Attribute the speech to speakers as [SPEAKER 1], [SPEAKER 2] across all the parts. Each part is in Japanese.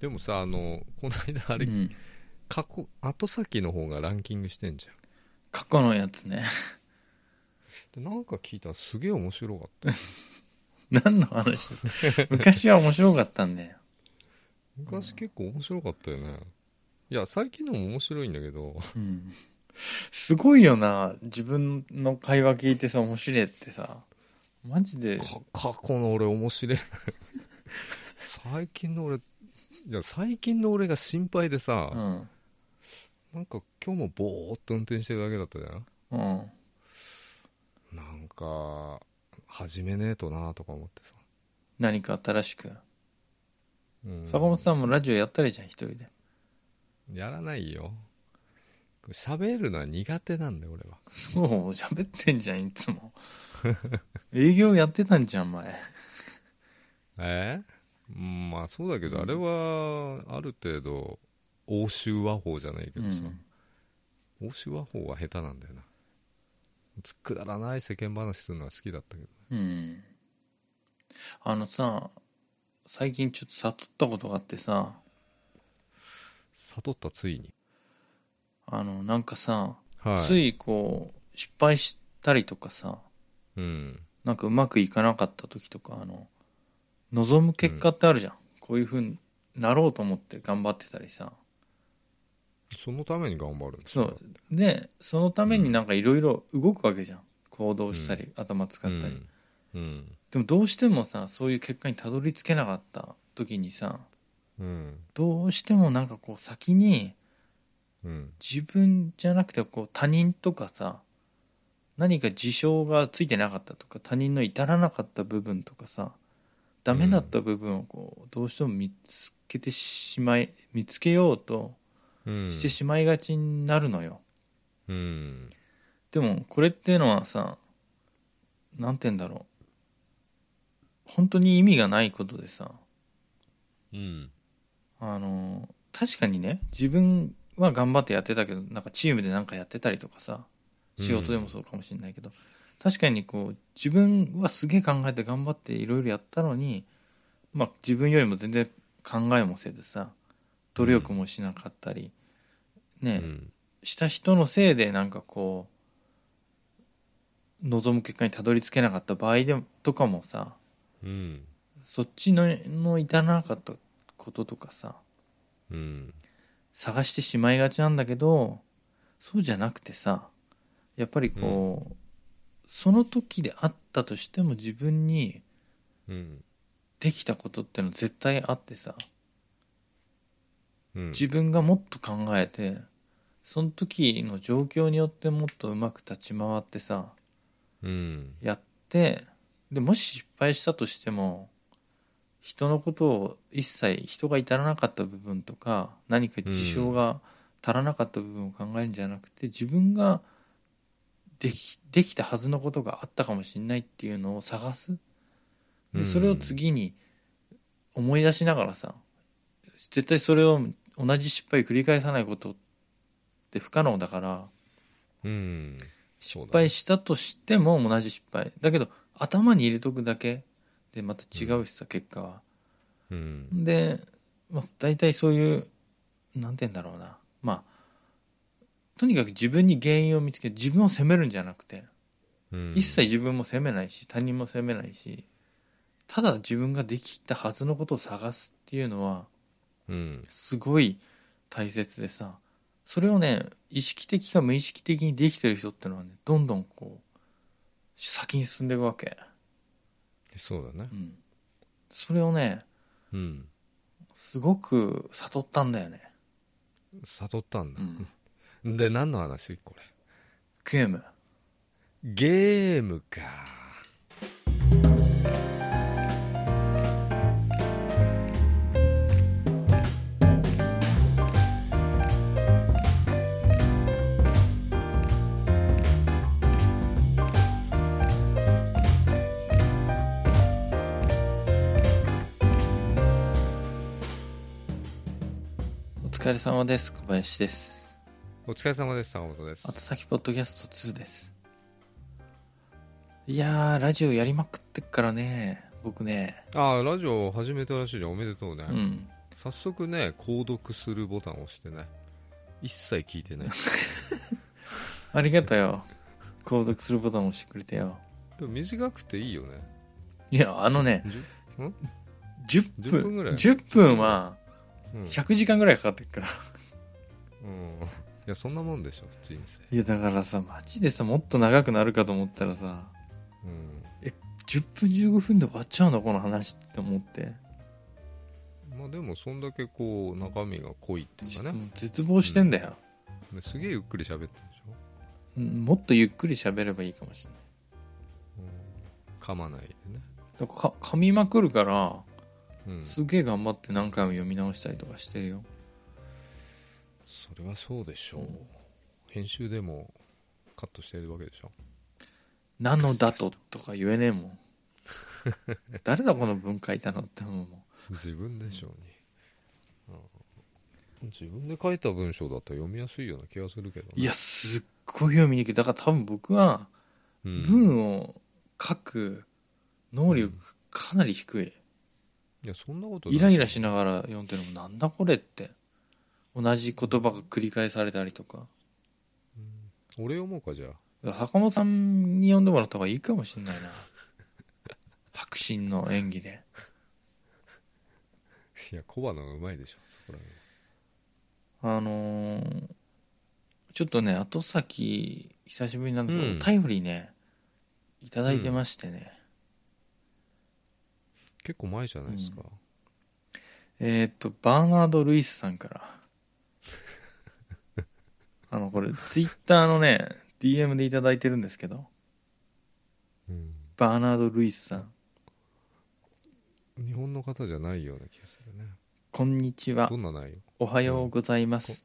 [SPEAKER 1] でもさあのこの間あれ、
[SPEAKER 2] うん、
[SPEAKER 1] 過去後先の方がランキングしてんじゃん
[SPEAKER 2] 過去のやつね
[SPEAKER 1] でなんか聞いたらすげえ面白かったよ
[SPEAKER 2] 何の話昔は面白かったんだよ
[SPEAKER 1] 昔結構面白かったよねいや最近のも面白いんだけど
[SPEAKER 2] うんすごいよな自分の会話聞いてさ面白いってさマジで
[SPEAKER 1] か過去の俺面白い最近の俺いや最近の俺が心配でさ、
[SPEAKER 2] うん
[SPEAKER 1] なんか今日もぼーっと運転してるだけだったじゃん
[SPEAKER 2] うん
[SPEAKER 1] なんか始めねえとなとか思ってさ、
[SPEAKER 2] 何か新しく
[SPEAKER 1] うん
[SPEAKER 2] 坂本さんもラジオやったらいいじゃん一人で
[SPEAKER 1] やらないよ喋るのは苦手なんだよ俺は
[SPEAKER 2] そう喋ってんじゃんいつ も営業やってたんじゃん前
[SPEAKER 1] えーうんまあそうだけど、
[SPEAKER 2] うん
[SPEAKER 1] あれはある程度欧州和法じゃないけどさ、欧州和法は下手なんだよなつくだらない世間話するのは好きだったけど
[SPEAKER 2] うんあのさ最近ちょっと悟ったことがあってさ
[SPEAKER 1] 悟ったついに、
[SPEAKER 2] あのなんかさ、
[SPEAKER 1] はい、
[SPEAKER 2] ついこう失敗したりとかさ
[SPEAKER 1] うん
[SPEAKER 2] なんかうまくいかなかった時とかあの望む結果ってあるじゃん、こういうふうになろうと思って頑張ってたりさ
[SPEAKER 1] そのために頑張るんです
[SPEAKER 2] そうでそのためになんかいろいろ動くわけじゃん行動したり、頭使
[SPEAKER 1] う
[SPEAKER 2] ったり、
[SPEAKER 1] ん、うん
[SPEAKER 2] でもどうしてもさそういう結果にたどり着けなかった時にさ
[SPEAKER 1] うん
[SPEAKER 2] どうしてもなんかこう先に
[SPEAKER 1] うん
[SPEAKER 2] 自分じゃなくてこう他人とかさ何か事象がついてなかったとか他人の至らなかった部分とかさダメだった部分をこうどうしても見つけてしまい見つけようと
[SPEAKER 1] うん
[SPEAKER 2] してしまいがちになるのよ、
[SPEAKER 1] うん
[SPEAKER 2] でもこれっていうのはさ何て言うんだろう本当に意味がないことでさ
[SPEAKER 1] うん
[SPEAKER 2] あの確かにね自分は頑張ってやってたけどなんかチームで何かやってたりとかさ仕事でもそうかもしれないけど、確かにこう自分はすげえ考えて頑張っていろいろやったのに、まあ、自分よりも全然考えもせずさ努力もしなかったり、
[SPEAKER 1] う
[SPEAKER 2] ね、
[SPEAKER 1] ん
[SPEAKER 2] した人のせいでなんかこう望む結果にたどり着けなかった場合でもとかもさ
[SPEAKER 1] うん
[SPEAKER 2] そっちのの至らなかったこととかさ
[SPEAKER 1] うん
[SPEAKER 2] 探してしまいがちなんだけどそうじゃなくてさやっぱりこう、その時であったとしても自分に
[SPEAKER 1] うん
[SPEAKER 2] できたことっての絶対あってさ
[SPEAKER 1] うん
[SPEAKER 2] 自分がもっと考えてその時の状況によってもっとうまく立ち回ってさ
[SPEAKER 1] うん
[SPEAKER 2] やってでもし失敗したとしても人のことを一切人が至らなかった部分とか何か事象が足らなかった部分を考えるんじゃなくて、自分ができできたはずのことがあったかもしれないっていうのを探す
[SPEAKER 1] うん
[SPEAKER 2] でそれを次に思い出しながらさ絶対それを同じ失敗を繰り返さないことって不可能だから。
[SPEAKER 1] うんそうだ
[SPEAKER 2] 失
[SPEAKER 1] ね
[SPEAKER 2] 敗したとしても同じ失敗だけど頭に入れとくだけでまた違うしさ、結果は
[SPEAKER 1] うん
[SPEAKER 2] で、まあ、大体そういうなんて言うんだろうなまあとにかく自分に原因を見つけて自分を責めるんじゃなくて、
[SPEAKER 1] うん
[SPEAKER 2] 一切自分も責めないし他人も責めないしただ自分ができたはずのことを探すっていうのは
[SPEAKER 1] うん
[SPEAKER 2] すごい大切でさそれをね意識的か無意識的にできてる人ってのはねどんどんこう先に進んでいくわけ、
[SPEAKER 1] そうだね
[SPEAKER 2] うん、それをね
[SPEAKER 1] うん
[SPEAKER 2] すごく悟ったんだよね、
[SPEAKER 1] 悟ったんだ
[SPEAKER 2] う、ん、
[SPEAKER 1] で何の話これ
[SPEAKER 2] ゲーム
[SPEAKER 1] ゲームか
[SPEAKER 2] お疲れ様です小林です
[SPEAKER 1] お疲れ様です坂本です
[SPEAKER 2] あと先ポッドキャスト2ですいやーラジオやりまくってっからね僕ね
[SPEAKER 1] ああラジオ始めたらしいじゃんおめでとうね、
[SPEAKER 2] うん
[SPEAKER 1] 早速ね購読するボタンを押してない一切聞いてない
[SPEAKER 2] ありがとうよ。購読するボタンを押してくれてよ。
[SPEAKER 1] でも短くていいよね
[SPEAKER 2] いや、あのね、
[SPEAKER 1] じゅ
[SPEAKER 2] 10
[SPEAKER 1] 10
[SPEAKER 2] 分、
[SPEAKER 1] 分ぐらい
[SPEAKER 2] 10分は
[SPEAKER 1] うん、
[SPEAKER 2] 100時間ぐらいかかってるから。
[SPEAKER 1] うん、いやそんなもんでしょ人生
[SPEAKER 2] いや、だからさ、マジでさ、もっと長くなるかと思ったらさ、
[SPEAKER 1] うん
[SPEAKER 2] 10分15分で終わっちゃうのこの話って思って。
[SPEAKER 1] まあでもそんだけこう中身が濃いってい
[SPEAKER 2] ち
[SPEAKER 1] う
[SPEAKER 2] ょ
[SPEAKER 1] か
[SPEAKER 2] っと
[SPEAKER 1] ね
[SPEAKER 2] もう絶望してんだよ、
[SPEAKER 1] すげえゆっくり喋ってるでしょ、
[SPEAKER 2] うんもっとゆっくり喋ればいいかもしれない。
[SPEAKER 1] うん、噛まないでね
[SPEAKER 2] だからか噛みまくるから、
[SPEAKER 1] うん
[SPEAKER 2] すげえ頑張って何回も読み直したりとかしてるよ。
[SPEAKER 1] それはそうでしょう、
[SPEAKER 2] うん
[SPEAKER 1] 編集でもカットしてるわけ でしょ
[SPEAKER 2] なのだととか言えねえ もん。誰だこの文書いたのって思うもん。
[SPEAKER 1] 自分でしょうに、うん自分で書いた文章だと読みやすいような気がするけどね、
[SPEAKER 2] いや、すっごい読みにくい。だから多分僕は、
[SPEAKER 1] うん、
[SPEAKER 2] 文を書く能力かなり低い。
[SPEAKER 1] いやそんなことない
[SPEAKER 2] イライラしながら読んでるのもなんだこれって。同じ言葉が繰り返されたりとか。
[SPEAKER 1] 俺読もうかじゃあ
[SPEAKER 2] 坂本さんに読んでもらった方がいいかもしんない な。白真の演技で。
[SPEAKER 1] いや小花がうまいでしょそこら辺
[SPEAKER 2] あのーちょっとね、後先、久しぶりなんだけど、
[SPEAKER 1] うん
[SPEAKER 2] お便りね、いただいてましてね。
[SPEAKER 1] 結構前じゃないですか、
[SPEAKER 2] えーっと、バーナード・ルイスさんから。 あの、これ、ツイッターのね、DM でいただいてるんですけど、
[SPEAKER 1] うん
[SPEAKER 2] バーナード・ルイスさん、
[SPEAKER 1] 日本の方じゃないような気がするね
[SPEAKER 2] こんにちは
[SPEAKER 1] ど、んな内容
[SPEAKER 2] おはようございます。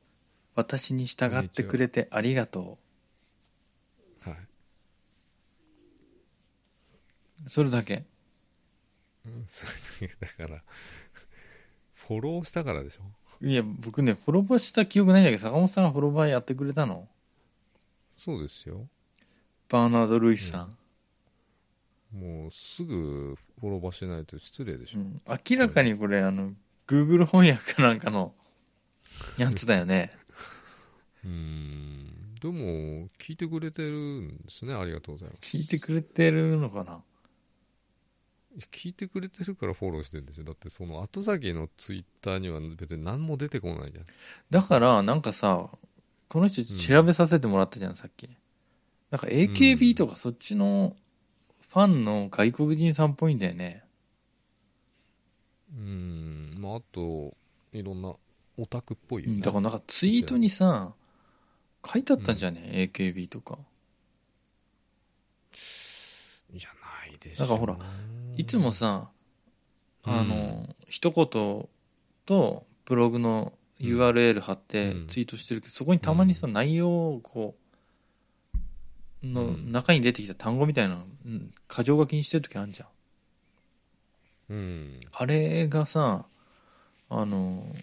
[SPEAKER 2] 私に従ってくれてありがと。
[SPEAKER 1] はいう
[SPEAKER 2] それだけ。
[SPEAKER 1] うん そういうだからフォローしたからでしょ
[SPEAKER 2] いや、僕ね、フォロバーした記憶ないんだけど、坂本さんがフォロバーやってくれたの
[SPEAKER 1] そうですよ
[SPEAKER 2] バーナード・ルイスさん。
[SPEAKER 1] もうすぐフォローバーしないと失礼でし
[SPEAKER 2] う
[SPEAKER 1] ょ、
[SPEAKER 2] ん、明らかにこれ、あの、Google 翻訳かなんかの、やつだよね。
[SPEAKER 1] うーんでも聞いてくれてるんですねありがとうございます
[SPEAKER 2] 聞いてくれてるのかない
[SPEAKER 1] や聞いてくれてるからフォローしてるんでしょだってその後先のツイッターには別に何も出てこないじゃん
[SPEAKER 2] だからなんかさこの人調べさせてもらったじゃん、さっきなんか AKB とかそっちのファンの外国人さんっぽいんだよね
[SPEAKER 1] うーんまああといろんなオタクっぽいよね
[SPEAKER 2] だからなんかツイートにさ書いてあったんじゃね、AKB とか
[SPEAKER 1] いやないでしょ
[SPEAKER 2] なんかほらいつもさあの、一言とブログの URL 貼って
[SPEAKER 1] うん
[SPEAKER 2] ツイートしてるけど、そこにたまにさ内容をこうの
[SPEAKER 1] うん
[SPEAKER 2] 中に出てきた単語みたいなの、うん、箇条書きにしてる時あるじゃん
[SPEAKER 1] うん
[SPEAKER 2] あれがさ、あの、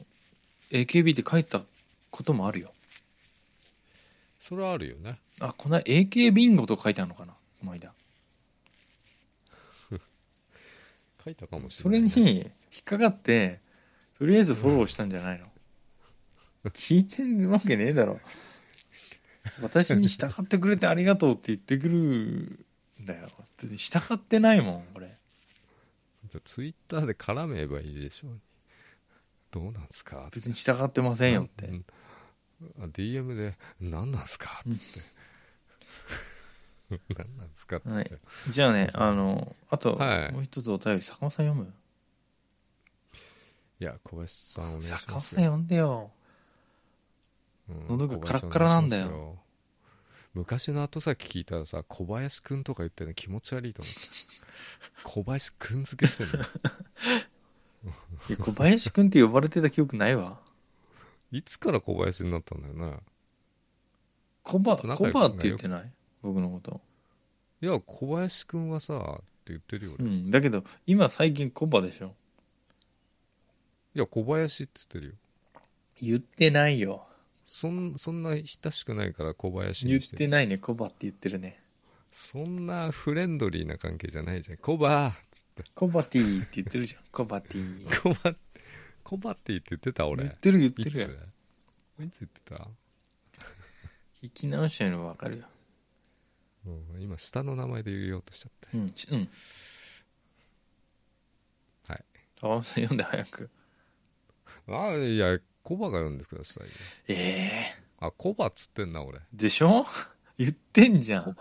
[SPEAKER 2] AKB って書いてたこともあるよ。
[SPEAKER 1] それはあるよね
[SPEAKER 2] あ、この間 AK ビンゴと書いてあるのかなこの間。
[SPEAKER 1] 書いたかもし
[SPEAKER 2] そ
[SPEAKER 1] れ
[SPEAKER 2] れ
[SPEAKER 1] ない、ね、
[SPEAKER 2] に引っかかって、とりあえずフォローしたんじゃないの、聞いてるわけねえだろ。私に従ってくれてありがとうって言ってくるんだよ。別に従ってないもん、これ。
[SPEAKER 1] じゃあツイッターで絡めばいいでしょうどうなんすか
[SPEAKER 2] 別に従ってませんよって
[SPEAKER 1] う。んあ DM で「何なんすか?」っつって 「何なんすか?」っつって、
[SPEAKER 2] じゃあね、あの、あと、
[SPEAKER 1] はい
[SPEAKER 2] もう一つお便り、坂本さん読む
[SPEAKER 1] いや小林さんお願いします
[SPEAKER 2] 坂本さん読んでよ。
[SPEAKER 1] うん
[SPEAKER 2] 喉がカラッカラなんだよ
[SPEAKER 1] 小林さんお願いしますよ昔の後先聞いたらさ小林くんとか言ってね気持ち悪いと 思う小林くん付けしてんの
[SPEAKER 2] いや小林くんって呼ばれてた記憶ないわ。
[SPEAKER 1] いつから小林になったんだよな
[SPEAKER 2] コ
[SPEAKER 1] ち
[SPEAKER 2] バ、
[SPEAKER 1] ょっと仲
[SPEAKER 2] コ
[SPEAKER 1] 良く
[SPEAKER 2] バって言ってない僕のこと。
[SPEAKER 1] いや小林くんはさって言ってるよ
[SPEAKER 2] う
[SPEAKER 1] 俺、い
[SPEAKER 2] ん。だけど、今最近コバでしょ
[SPEAKER 1] や小林って言ってるよ
[SPEAKER 2] 言ってないよ。
[SPEAKER 1] そんそんな親しくないから小林
[SPEAKER 2] 言っ
[SPEAKER 1] にして
[SPEAKER 2] てないね、コバって言ってるね。
[SPEAKER 1] そんなフレンドリーな関係じゃないじゃんコバ
[SPEAKER 2] コバティーって言ってるじゃん。コバティー。
[SPEAKER 1] コバココバティって言ってた俺
[SPEAKER 2] 言ってる言って
[SPEAKER 1] い
[SPEAKER 2] るよ
[SPEAKER 1] ついつ言ってた、
[SPEAKER 2] 聞き直しちゃうの分かるよ
[SPEAKER 1] うん、今下の名前で言おうとしちゃって
[SPEAKER 2] うんちうん
[SPEAKER 1] はい
[SPEAKER 2] 川本さん読んで早く
[SPEAKER 1] あいやコバが読んでくださいよ
[SPEAKER 2] ええ
[SPEAKER 1] あコバっつってんな俺
[SPEAKER 2] でしょ言ってんじゃん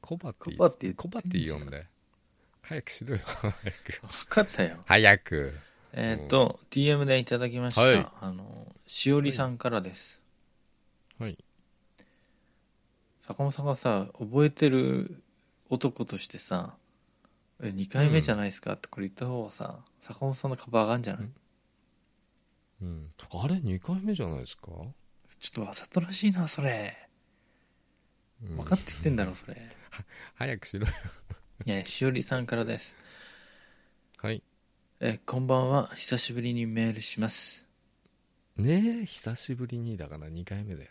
[SPEAKER 1] コ
[SPEAKER 2] 分
[SPEAKER 1] バっつってコバティ
[SPEAKER 2] コ
[SPEAKER 1] コバ
[SPEAKER 2] バティ
[SPEAKER 1] ティ読んで早くしろよ早く
[SPEAKER 2] かったよ
[SPEAKER 1] 早く
[SPEAKER 2] えっ、と、DM でいただきました、
[SPEAKER 1] はい
[SPEAKER 2] あのしおりさんからです、
[SPEAKER 1] はい
[SPEAKER 2] 坂本さんがさ覚えてる男としてさえ2回目じゃないですかってこれ言った方がさ坂本さんのカバー上がんじゃない、
[SPEAKER 1] うんうん、あれ2回目じゃないですか、
[SPEAKER 2] ちょっとわざとらしいなそれ
[SPEAKER 1] うん
[SPEAKER 2] 分かって言ってんだろそれ、
[SPEAKER 1] 早くしろよ
[SPEAKER 2] いやしおりさんからです
[SPEAKER 1] はい
[SPEAKER 2] えこんばんは久しぶりにメールします
[SPEAKER 1] ねえ久しぶりにだから2回目だよね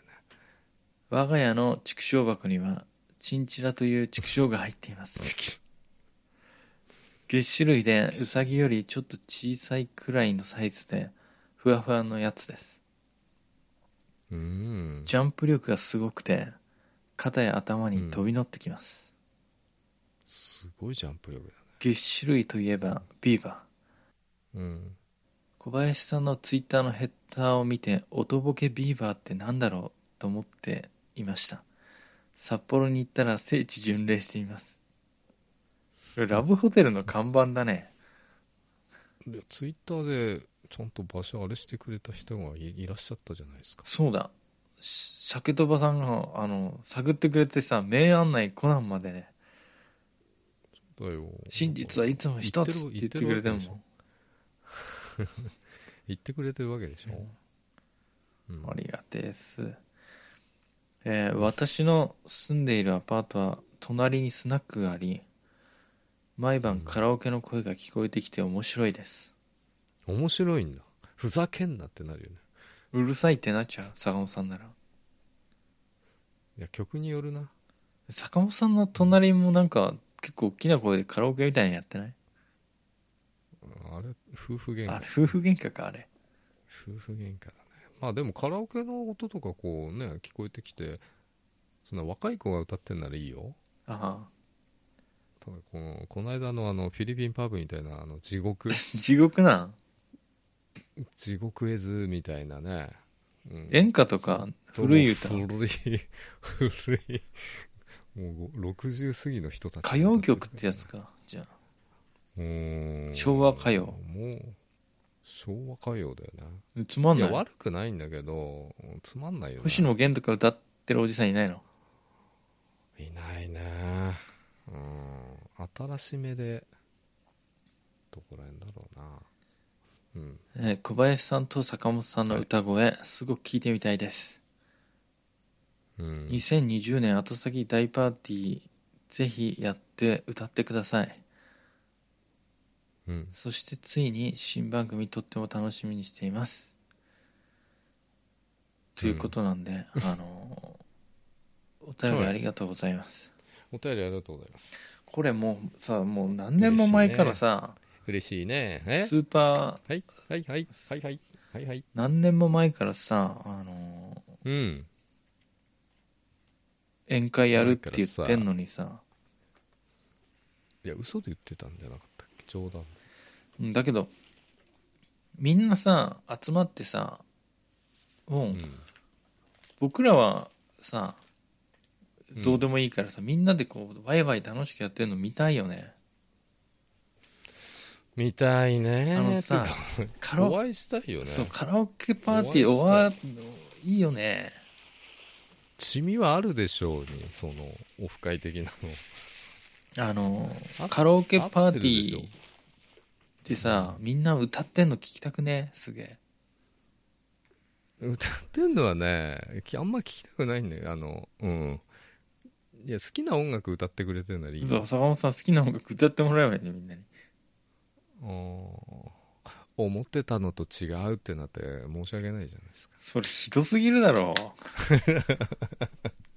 [SPEAKER 2] 我が家の畜生箱にはチンチラという畜生が入っています月種類でウサギよりちょっと小さいくらいのサイズでふわふわのやつです
[SPEAKER 1] うーん
[SPEAKER 2] ジャンプ力がすごくて肩や頭に飛び乗ってきます、
[SPEAKER 1] すごいジャンプ力だね
[SPEAKER 2] 月種類といえばビーバー
[SPEAKER 1] うん
[SPEAKER 2] 小林さんのツイッターのヘッダーを見て音ボケビーバーってなんだろうと思っていました札幌に行ったら聖地巡礼していますこれラブホテルの看板だね
[SPEAKER 1] いやツイッターでちゃんと場所あれしてくれた人がいいらっしゃったじゃないですか
[SPEAKER 2] そうだし鮭とばさんがあの探ってくれてさ名案内コナンまでね
[SPEAKER 1] だよ
[SPEAKER 2] 真実はいつも一つって言ってくれてるもん
[SPEAKER 1] 言ってくれてるわけでしょ、うん
[SPEAKER 2] ありがてえです、えー私の住んでいるアパートは隣にスナックがあり毎晩カラオケの声が聞こえてきて面白いです、
[SPEAKER 1] 面白いんだふざけんなってなるよね
[SPEAKER 2] うるさいってなっちゃう坂本さんなら
[SPEAKER 1] いや曲によるな
[SPEAKER 2] 坂本さんの隣もなんか結構大きな声でカラオケみたいにやってない、
[SPEAKER 1] あれ夫婦喧嘩
[SPEAKER 2] あれ夫婦喧嘩かあれ
[SPEAKER 1] 夫婦喧嘩だねまあでもカラオケの音とかこうね聞こえてきてそんな若い子が歌ってんならいいよ
[SPEAKER 2] ああ
[SPEAKER 1] ただこのこの間のあのフィリピンパブみたいなあの地獄
[SPEAKER 2] 地獄なん
[SPEAKER 1] 地獄絵図みたいなね、うん
[SPEAKER 2] 演歌とか古い歌
[SPEAKER 1] 古い古いもう60過ぎの人たち
[SPEAKER 2] 歌謡曲ってやつかじゃあ
[SPEAKER 1] うーん
[SPEAKER 2] 昭和歌謡
[SPEAKER 1] もう昭和歌謡だよね
[SPEAKER 2] つまん
[SPEAKER 1] い
[SPEAKER 2] な
[SPEAKER 1] や
[SPEAKER 2] い
[SPEAKER 1] 悪くないんだけどつまんないよね
[SPEAKER 2] 星野源とか歌ってるおじさんいないの
[SPEAKER 1] いないねうん新しめでどこら辺だろうなうん
[SPEAKER 2] えー小林さんと坂本さんの歌声、すごく聞いてみたいです、
[SPEAKER 1] うん
[SPEAKER 2] 2020年後先大パーティーぜひやって歌ってください
[SPEAKER 1] うん
[SPEAKER 2] そしてついに新番組とっても楽しみにしていますということなんで、あのーお便りありがとうございます、
[SPEAKER 1] お便りありがとうございます
[SPEAKER 2] これもうさもう何年も前からさ、
[SPEAKER 1] 嬉しいねえ
[SPEAKER 2] スーパー
[SPEAKER 1] はいはいはいはいはいはいはい
[SPEAKER 2] 何年も前からさあの
[SPEAKER 1] う
[SPEAKER 2] ー
[SPEAKER 1] ん
[SPEAKER 2] 宴会やるって言ってんのにさ
[SPEAKER 1] いや嘘で言ってたんじゃなかったっけ冗談
[SPEAKER 2] うんだけどみんなさ集まってさもう、
[SPEAKER 1] うん
[SPEAKER 2] 僕らはさ
[SPEAKER 1] うん
[SPEAKER 2] どうでもいいからさ、みんなでこうワイワイ楽しくやってるの見たいよね
[SPEAKER 1] 見たいね
[SPEAKER 2] あのさ
[SPEAKER 1] てか
[SPEAKER 2] カラオ
[SPEAKER 1] お会いしたいよね
[SPEAKER 2] そうカラオケパーティー終わいいよね
[SPEAKER 1] 地味はあるでしょうにそのオフ会的なの
[SPEAKER 2] あの
[SPEAKER 1] あ
[SPEAKER 2] カラオケパーティ
[SPEAKER 1] 合ってる
[SPEAKER 2] ー
[SPEAKER 1] でし
[SPEAKER 2] でさみんな歌ってんの聞きたくねすげえ
[SPEAKER 1] 歌ってんのはねきあんま聞きたくないんだよあのうんいや好きな音楽歌ってくれてるならいい
[SPEAKER 2] そう坂本さん好きな音楽歌ってもらえばいいねみんなに
[SPEAKER 1] あー思ってたのと違うってなって申し訳ないじゃないですか
[SPEAKER 2] それひどすぎる だろ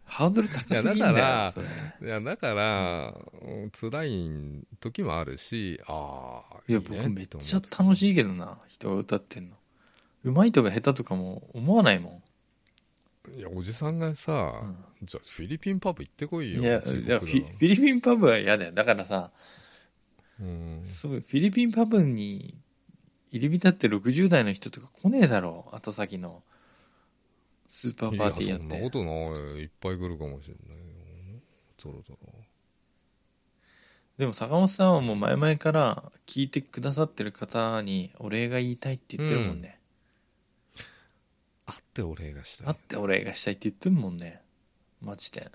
[SPEAKER 2] ハードル高すぎんだよ
[SPEAKER 1] いやだから
[SPEAKER 2] それ
[SPEAKER 1] いやだから、うん、辛い時もあるしああ
[SPEAKER 2] いや僕めっちゃ楽しいけどな人が歌ってんのうまいとか下手とかも思わないも
[SPEAKER 1] いやおじさんがさ、
[SPEAKER 2] ん、うん
[SPEAKER 1] じゃあフィリピンパブ行ってこいよ
[SPEAKER 2] いや
[SPEAKER 1] 地獄
[SPEAKER 2] い
[SPEAKER 1] だ
[SPEAKER 2] やフ
[SPEAKER 1] な
[SPEAKER 2] ィフィリピンパブは嫌だよだからさ、
[SPEAKER 1] うん
[SPEAKER 2] そうフィリピンパブに入り浸って60代の人とか来ねえだろ後先のスーパーパーティーや
[SPEAKER 1] いや
[SPEAKER 2] っ
[SPEAKER 1] そん
[SPEAKER 2] て
[SPEAKER 1] なことないいっぱい来るかもしれないよゾロゾロ
[SPEAKER 2] でも坂本さんはもう前々から聞いてくださってる方にお礼が言いたいって言ってるもんね、
[SPEAKER 1] 会ってお礼がしたい
[SPEAKER 2] 会ってお礼がしたいって言ってるもんねマジで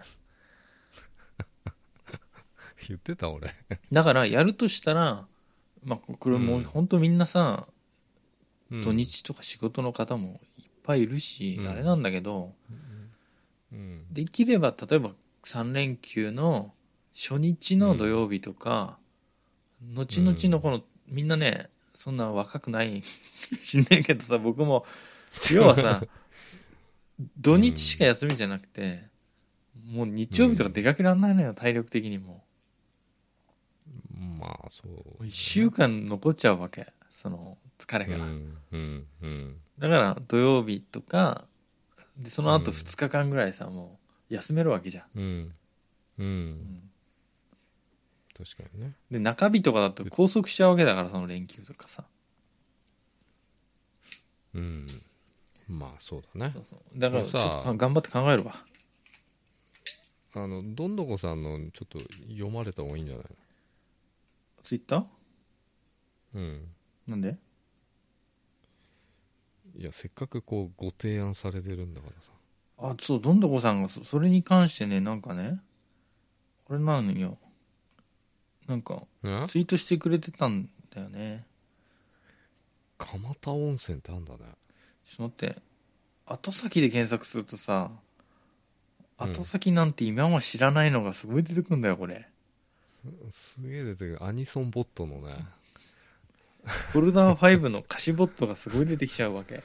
[SPEAKER 1] 言ってた俺
[SPEAKER 2] だからやるとしたら、まあ、これもう本当みんなさ、
[SPEAKER 1] うん
[SPEAKER 2] 土日とか仕事の方もいっぱいいるし、
[SPEAKER 1] うん
[SPEAKER 2] あれなんだけど
[SPEAKER 1] うん
[SPEAKER 2] できれば例えば3連休の初日の土曜日とか、後々のこの、みんなねそんな若くない しんないけどさ僕も要はさ土日しか休みじゃなくて、もう日曜日とか出かけられないのよ、体力的にも。
[SPEAKER 1] まあそう
[SPEAKER 2] 1週間残っちゃうわけその疲れ
[SPEAKER 1] う
[SPEAKER 2] が、
[SPEAKER 1] んうんうん
[SPEAKER 2] だから土曜日とかでその後
[SPEAKER 1] うん
[SPEAKER 2] 2日間ぐらいさ、もう休めるわけじゃん、
[SPEAKER 1] うんう
[SPEAKER 2] うんん
[SPEAKER 1] 確かにね
[SPEAKER 2] で中日とかだと拘束しちゃうわけだからその連休とかさ
[SPEAKER 1] うんまあそうだね
[SPEAKER 2] そうそうだから
[SPEAKER 1] これ
[SPEAKER 2] ち
[SPEAKER 1] さ
[SPEAKER 2] ょっと頑張って考えるわ
[SPEAKER 1] あのどんどこさんのちょっと読まれた方がいいんじゃない
[SPEAKER 2] ツイッター
[SPEAKER 1] のうん
[SPEAKER 2] なんで
[SPEAKER 1] いやせっかくこうご提案されてるんだからさ
[SPEAKER 2] あそうどんどこさんがそそれに関してねなんかねこれなのよなんか
[SPEAKER 1] ね
[SPEAKER 2] ツイートしてくれてたんだよね
[SPEAKER 1] 蒲田温泉ってあんだね
[SPEAKER 2] ちょっと待って後先で検索するとさ
[SPEAKER 1] うん
[SPEAKER 2] 後先なんて今は知らないのがすごい出てくるんだよこれ
[SPEAKER 1] すげえ出てくるアニソンボットのね
[SPEAKER 2] フォルダー5の歌詞ボットがすごい出てきちゃうわけ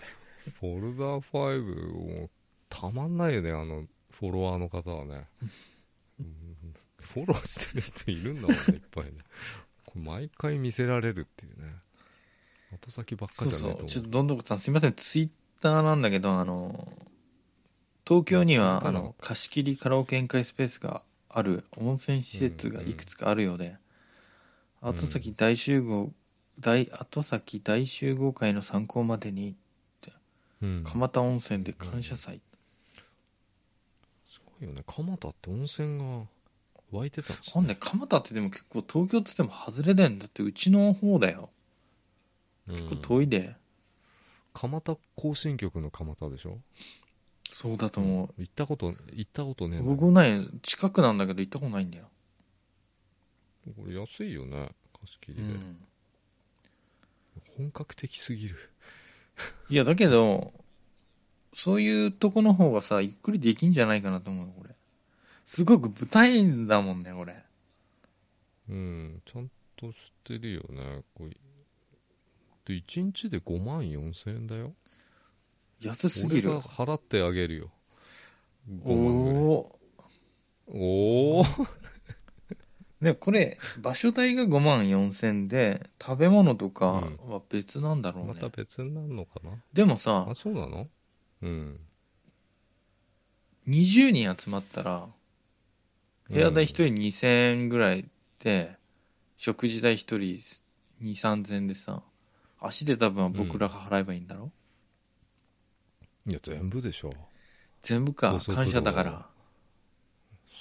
[SPEAKER 1] フォルダー5もうたまんないよねあのフォロワーの方はね、うんフォローしてる人いるんだもんねいっぱいねこれ毎回見せられるっていうね後先ばっか
[SPEAKER 2] そう
[SPEAKER 1] じゃ
[SPEAKER 2] そ
[SPEAKER 1] ないうと思う
[SPEAKER 2] ちょっとどんどこさんすいませんツイッターなんだけどあの東京に
[SPEAKER 1] 気づ
[SPEAKER 2] は
[SPEAKER 1] か
[SPEAKER 2] あ
[SPEAKER 1] なかった
[SPEAKER 2] の貸し切りカラオケ宴会スペースがある温泉施設がいくつかあるようで、
[SPEAKER 1] ん
[SPEAKER 2] 後先大集合大後先大集合会の参考までに
[SPEAKER 1] うん
[SPEAKER 2] 蒲田温泉で感謝祭、
[SPEAKER 1] すごいよね蒲田って温泉が湧いてたんです
[SPEAKER 2] なんで蒲田ってでも結構東京ってでも外れだよねだってうちの方だよ
[SPEAKER 1] 結
[SPEAKER 2] 結構遠いで、
[SPEAKER 1] 蒲田行進局の蒲田でしょ
[SPEAKER 2] そうだと思う、
[SPEAKER 1] 行ったこと行ったことねえな
[SPEAKER 2] 僕もない近くなんだけど行ったことないんだよ、
[SPEAKER 1] これ安いよね貸し切り
[SPEAKER 2] う
[SPEAKER 1] で、
[SPEAKER 2] ん、
[SPEAKER 1] 本格的すぎる
[SPEAKER 2] いやだけどそういうとこの方がさゆっくりできんじゃないかなと思うのこれすごく舞台だもんねこれ
[SPEAKER 1] うん、ちゃんとしてるよね。これで1日で5万4千円だよ。
[SPEAKER 2] 安すぎ
[SPEAKER 1] 俺
[SPEAKER 2] る
[SPEAKER 1] が払ってあげるよ。
[SPEAKER 2] お
[SPEAKER 1] 5万ぐらい。
[SPEAKER 2] お
[SPEAKER 1] おお
[SPEAKER 2] ーでこれ場所代が5万4000で食べ物とかは別なんだろうね、
[SPEAKER 1] また別になるのかな
[SPEAKER 2] でもさ
[SPEAKER 1] あ、そうなのうん。
[SPEAKER 2] 20人集まったら部屋代1人2000円ぐらいで、食事代1人23000円でさ足で多分僕らが払えばいいんだろ、
[SPEAKER 1] いや、全部でしょ。
[SPEAKER 2] 全部か
[SPEAKER 1] 高速道
[SPEAKER 2] 感
[SPEAKER 1] 路
[SPEAKER 2] 謝だから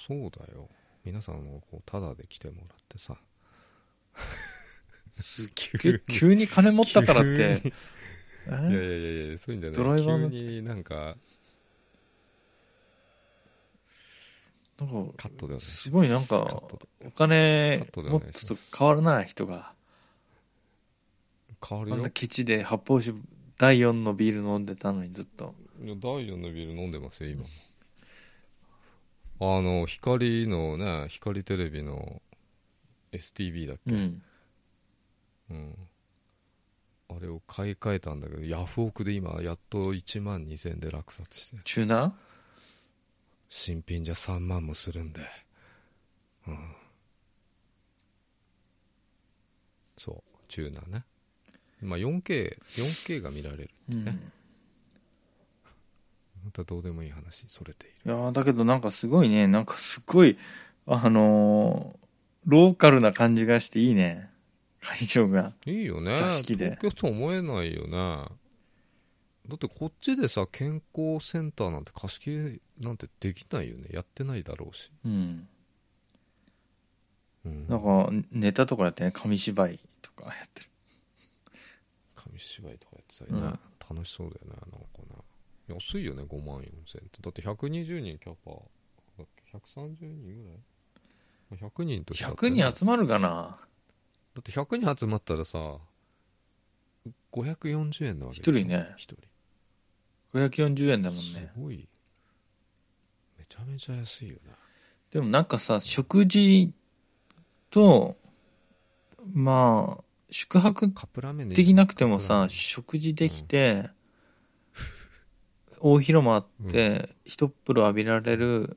[SPEAKER 1] そうだよ。皆さんもこう、タダで来てもらってさ。
[SPEAKER 2] す
[SPEAKER 1] 急
[SPEAKER 2] 急 急に金持ったからっ
[SPEAKER 1] 急
[SPEAKER 2] て
[SPEAKER 1] にいや
[SPEAKER 2] え
[SPEAKER 1] いやいやいや、そういうんじゃ
[SPEAKER 2] ドライバー
[SPEAKER 1] な
[SPEAKER 2] の
[SPEAKER 1] い。急になんか、
[SPEAKER 2] なんか
[SPEAKER 1] カットではない。
[SPEAKER 2] すごいなん
[SPEAKER 1] カ
[SPEAKER 2] か
[SPEAKER 1] ットで
[SPEAKER 2] お金
[SPEAKER 1] カットでお
[SPEAKER 2] 持
[SPEAKER 1] 願い
[SPEAKER 2] つ
[SPEAKER 1] し
[SPEAKER 2] と
[SPEAKER 1] ます
[SPEAKER 2] 変わらない人が
[SPEAKER 1] 変わる
[SPEAKER 2] あん
[SPEAKER 1] よ
[SPEAKER 2] な。ケチで発泡酒第4のビール飲んでたのにずっと
[SPEAKER 1] いや第4のビール飲んでますよ今もあの光のね光テレビの STB だっけ、
[SPEAKER 2] うん
[SPEAKER 1] うんあれを買い替えたんだけどヤフオクで今やっと1万2000円で落札してる
[SPEAKER 2] チューナ
[SPEAKER 1] 新品じゃ3万もするんでうんそうチューナーねまあ 4K4K が見られる
[SPEAKER 2] うん、い
[SPEAKER 1] またどうでもいい話それている
[SPEAKER 2] やーだけどなんかすごいねなんかすごいあのーローカルな感じがしていいね会場が
[SPEAKER 1] いいよね
[SPEAKER 2] 座敷で
[SPEAKER 1] 東京と思えないよねだってこっちでさ健康センターなんて貸し切りなんてできないよねやってないだろうし、
[SPEAKER 2] うん
[SPEAKER 1] うん、
[SPEAKER 2] なんかネタとかやってね紙芝居とかやってる
[SPEAKER 1] 紙芝居とかやってたりね、楽しそうだよねなんかね安いよね5万4000ってだって120人キャパだっけ130人ぐらいまあ100人としたって
[SPEAKER 2] 100
[SPEAKER 1] ね
[SPEAKER 2] 人集まるかな
[SPEAKER 1] だって100人集まったらさ540円なわけ
[SPEAKER 2] 一人ね
[SPEAKER 1] 1人
[SPEAKER 2] 540円だもん
[SPEAKER 1] す
[SPEAKER 2] ね
[SPEAKER 1] ごいめちゃめちゃ安いよね
[SPEAKER 2] でもなんかさ食事とまあ宿泊
[SPEAKER 1] カップラーメンでいい
[SPEAKER 2] できなくても
[SPEAKER 1] う
[SPEAKER 2] さ
[SPEAKER 1] ん
[SPEAKER 2] 食事できて、大広間あって、一風呂浴びられる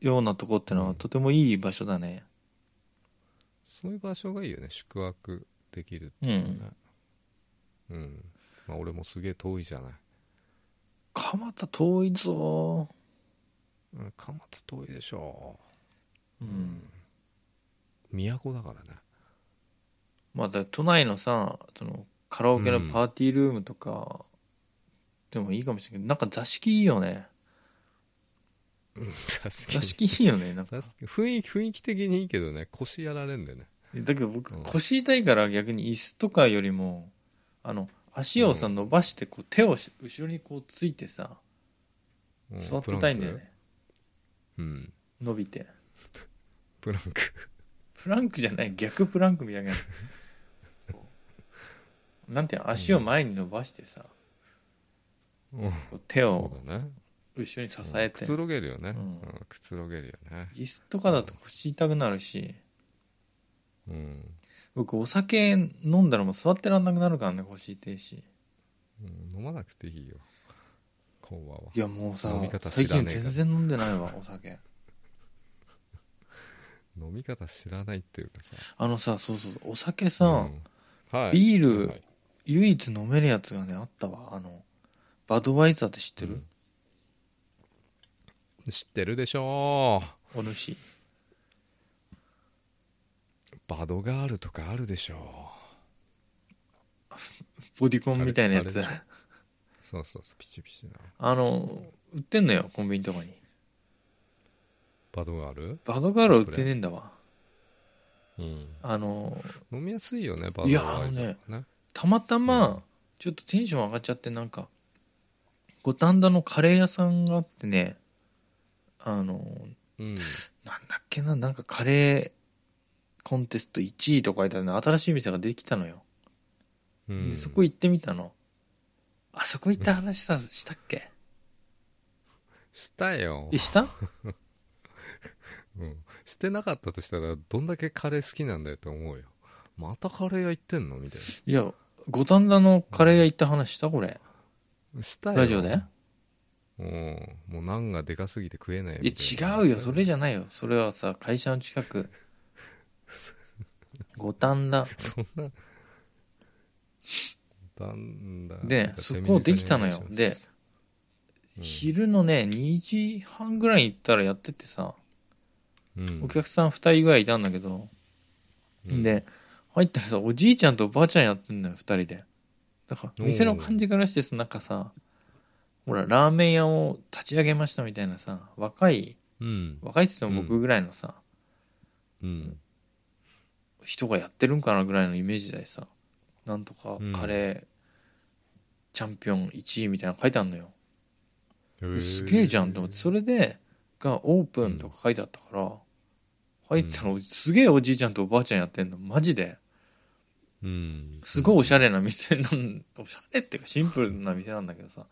[SPEAKER 2] ようなとこっての
[SPEAKER 1] う
[SPEAKER 2] は
[SPEAKER 1] ん
[SPEAKER 2] とてもいい場所だね
[SPEAKER 1] そういう場所がいいよね宿泊できるって
[SPEAKER 2] うん、
[SPEAKER 1] ねうん、まあ俺もすげえ遠いじゃない
[SPEAKER 2] 蒲田遠いぞ
[SPEAKER 1] うん蒲田遠いでしょ
[SPEAKER 2] うん
[SPEAKER 1] 都だからね
[SPEAKER 2] まあだ都内のさそのカラオケのパーティールームとか、でもいいかもしれないけどなんか座敷いいよね
[SPEAKER 1] うん 確か
[SPEAKER 2] 座
[SPEAKER 1] に
[SPEAKER 2] 敷いいよねなんか
[SPEAKER 1] 確かに雰囲気雰囲気的にいいけどね腰やられんだよね
[SPEAKER 2] だけど僕
[SPEAKER 1] うん
[SPEAKER 2] 腰痛いから逆に椅子とかよりもあの足をさ伸ばしてこう手をし後ろにこうついてさ
[SPEAKER 1] うん
[SPEAKER 2] 座ってたいんだよね
[SPEAKER 1] プランクうん
[SPEAKER 2] 伸びて
[SPEAKER 1] プランク
[SPEAKER 2] プランクじゃない逆プランクみた いなこうなんていうの足を前に伸ばしてさ
[SPEAKER 1] うん
[SPEAKER 2] こう手を
[SPEAKER 1] そうだね
[SPEAKER 2] 後ろに支え
[SPEAKER 1] く
[SPEAKER 2] て
[SPEAKER 1] つろげるよね、
[SPEAKER 2] う
[SPEAKER 1] うんんくつろげるよね
[SPEAKER 2] 椅子とかだと腰痛くなるし
[SPEAKER 1] うん、
[SPEAKER 2] 僕お酒飲んだらもう座ってらんなくなるからね腰痛いし
[SPEAKER 1] うん飲まなくていいよ今晩はい
[SPEAKER 2] やもうさ
[SPEAKER 1] 飲み方
[SPEAKER 2] 最
[SPEAKER 1] 知ら
[SPEAKER 2] 近
[SPEAKER 1] ねえから
[SPEAKER 2] 全然飲んでないわお酒
[SPEAKER 1] 飲み方知らないっていうかさ
[SPEAKER 2] あのさそうそうお酒さ、
[SPEAKER 1] うんはい、
[SPEAKER 2] ビール
[SPEAKER 1] はいはい
[SPEAKER 2] 唯一飲めるやつがねあったわあのバドワイザーって知ってる、
[SPEAKER 1] うん知ってるでしょ
[SPEAKER 2] お主
[SPEAKER 1] バドガールとかあるでしょ
[SPEAKER 2] ボディコンみたいなやつ
[SPEAKER 1] あれ
[SPEAKER 2] あ
[SPEAKER 1] あれそうそうそうピチピチな
[SPEAKER 2] の売ってんのよコンビニとかに
[SPEAKER 1] バドガール
[SPEAKER 2] バドガールは売ってねえんだわ
[SPEAKER 1] うん
[SPEAKER 2] あの
[SPEAKER 1] 飲みやすいよねバド
[SPEAKER 2] いや
[SPEAKER 1] ガール
[SPEAKER 2] あのね
[SPEAKER 1] ね
[SPEAKER 2] たまた
[SPEAKER 1] う
[SPEAKER 2] まちょっとテンション上がっちゃってなんか五反田のカレー屋さんがあってねあの
[SPEAKER 1] うん
[SPEAKER 2] なんだっけななんかカレーコンテスト1位とか書いてあるの新しい店ができたのよ
[SPEAKER 1] う
[SPEAKER 2] で
[SPEAKER 1] ん
[SPEAKER 2] そこ行ってみたのあそこ行った話さしたっけ
[SPEAKER 1] したよ
[SPEAKER 2] えした
[SPEAKER 1] うん、してなかったとしたらどんだけカレー好きなんだよって思うよまたカレー屋行ってんのみたい
[SPEAKER 2] いや五反田のカレー屋行った話したこれ
[SPEAKER 1] なしたよ
[SPEAKER 2] ラジオで
[SPEAKER 1] うんもうナンがでかすぎて食えない
[SPEAKER 2] い
[SPEAKER 1] みたいな
[SPEAKER 2] や違うよそれじゃないよそれはさ会社の 近く五反田
[SPEAKER 1] そんななんだ
[SPEAKER 2] で
[SPEAKER 1] じゃあ
[SPEAKER 2] そこ
[SPEAKER 1] 手短に
[SPEAKER 2] できたのよ
[SPEAKER 1] お願いし
[SPEAKER 2] で
[SPEAKER 1] ます
[SPEAKER 2] 昼のね2時半ぐらいに行ったらやっててさ
[SPEAKER 1] うんうん
[SPEAKER 2] お客さん2人ぐらいいたんだけど
[SPEAKER 1] うん
[SPEAKER 2] で入ったらさおじいちゃんとおばあちゃんやってんのよ2人でだから店の感じからしてさなんかさほらラーメン屋を立ち上げましたみたいなさ若い
[SPEAKER 1] うん
[SPEAKER 2] 若いっつっても僕ぐらいのさ、
[SPEAKER 1] うん
[SPEAKER 2] 人がやってるんかなぐらいのイメージでさなんとかカレーチャンピオン1位みたいなの書いてあるのよ、
[SPEAKER 1] へー
[SPEAKER 2] すげえじゃんと思ってそれでがオープンとか書いてあったから、入ったらすげえおじいちゃんとおばあちゃんやってんのマジで
[SPEAKER 1] うん
[SPEAKER 2] すごいおしゃ
[SPEAKER 1] れ
[SPEAKER 2] れな店なんおしゃれっていうかシンプルな店なんだけどさ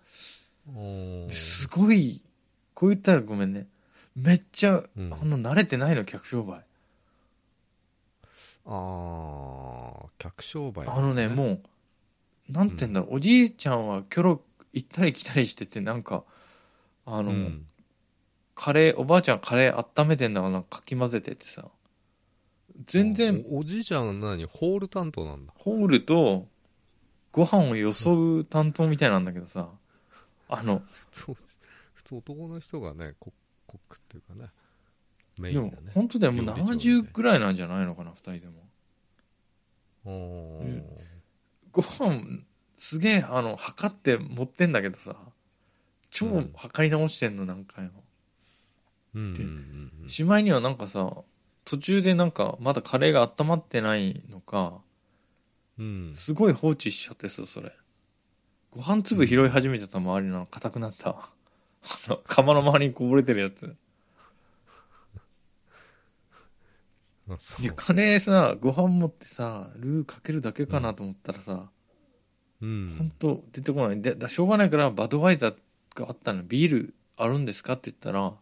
[SPEAKER 2] す
[SPEAKER 1] う
[SPEAKER 2] ごいこう言ったらごめんねめっちゃ、
[SPEAKER 1] ん
[SPEAKER 2] あの慣れてないの客商売
[SPEAKER 1] あー客商売
[SPEAKER 2] あのね、
[SPEAKER 1] う
[SPEAKER 2] もう、なんて言うんだろう、おじいちゃんはキョロ行ったり来たりしてて、なんか、あ
[SPEAKER 1] あ
[SPEAKER 2] の、カレー、おばあちゃんカレー温めてんだから、なんかかき混ぜててさ、全然、
[SPEAKER 1] おおじいちゃんは何ホール担当なんだ
[SPEAKER 2] ホールと、ご飯を装う担当みたいなんだけどさ、あの、
[SPEAKER 1] そうです普通男の人がねココックっていうかねメイ
[SPEAKER 2] で
[SPEAKER 1] ン
[SPEAKER 2] も
[SPEAKER 1] だね
[SPEAKER 2] 本当だよ、もう
[SPEAKER 1] 料理上手
[SPEAKER 2] 70くらいなんじゃないのかな、2人でも。
[SPEAKER 1] おー
[SPEAKER 2] うんご飯、すげえ、あの、測って持ってんだけどさ、超
[SPEAKER 1] うん
[SPEAKER 2] 測り直してんの、何回も。
[SPEAKER 1] うんうんうん
[SPEAKER 2] しまいにはなんかさ、途中でなんか、まだカレーが温まってないのか、
[SPEAKER 1] うん
[SPEAKER 2] すごい放置しちゃってさ、それ。ご飯粒拾い始めちゃった周りの硬くなった。あの、釜の周りにこぼれてるやつ。
[SPEAKER 1] あそう
[SPEAKER 2] いや、カレーさ、ご飯持ってさ、ルーかけるだけかなと思ったらさ、
[SPEAKER 1] う
[SPEAKER 2] ほん
[SPEAKER 1] ん
[SPEAKER 2] と出てこない。で、だしょうがないから、バドワイザーがあったの、ビールあるんですかって言ったら、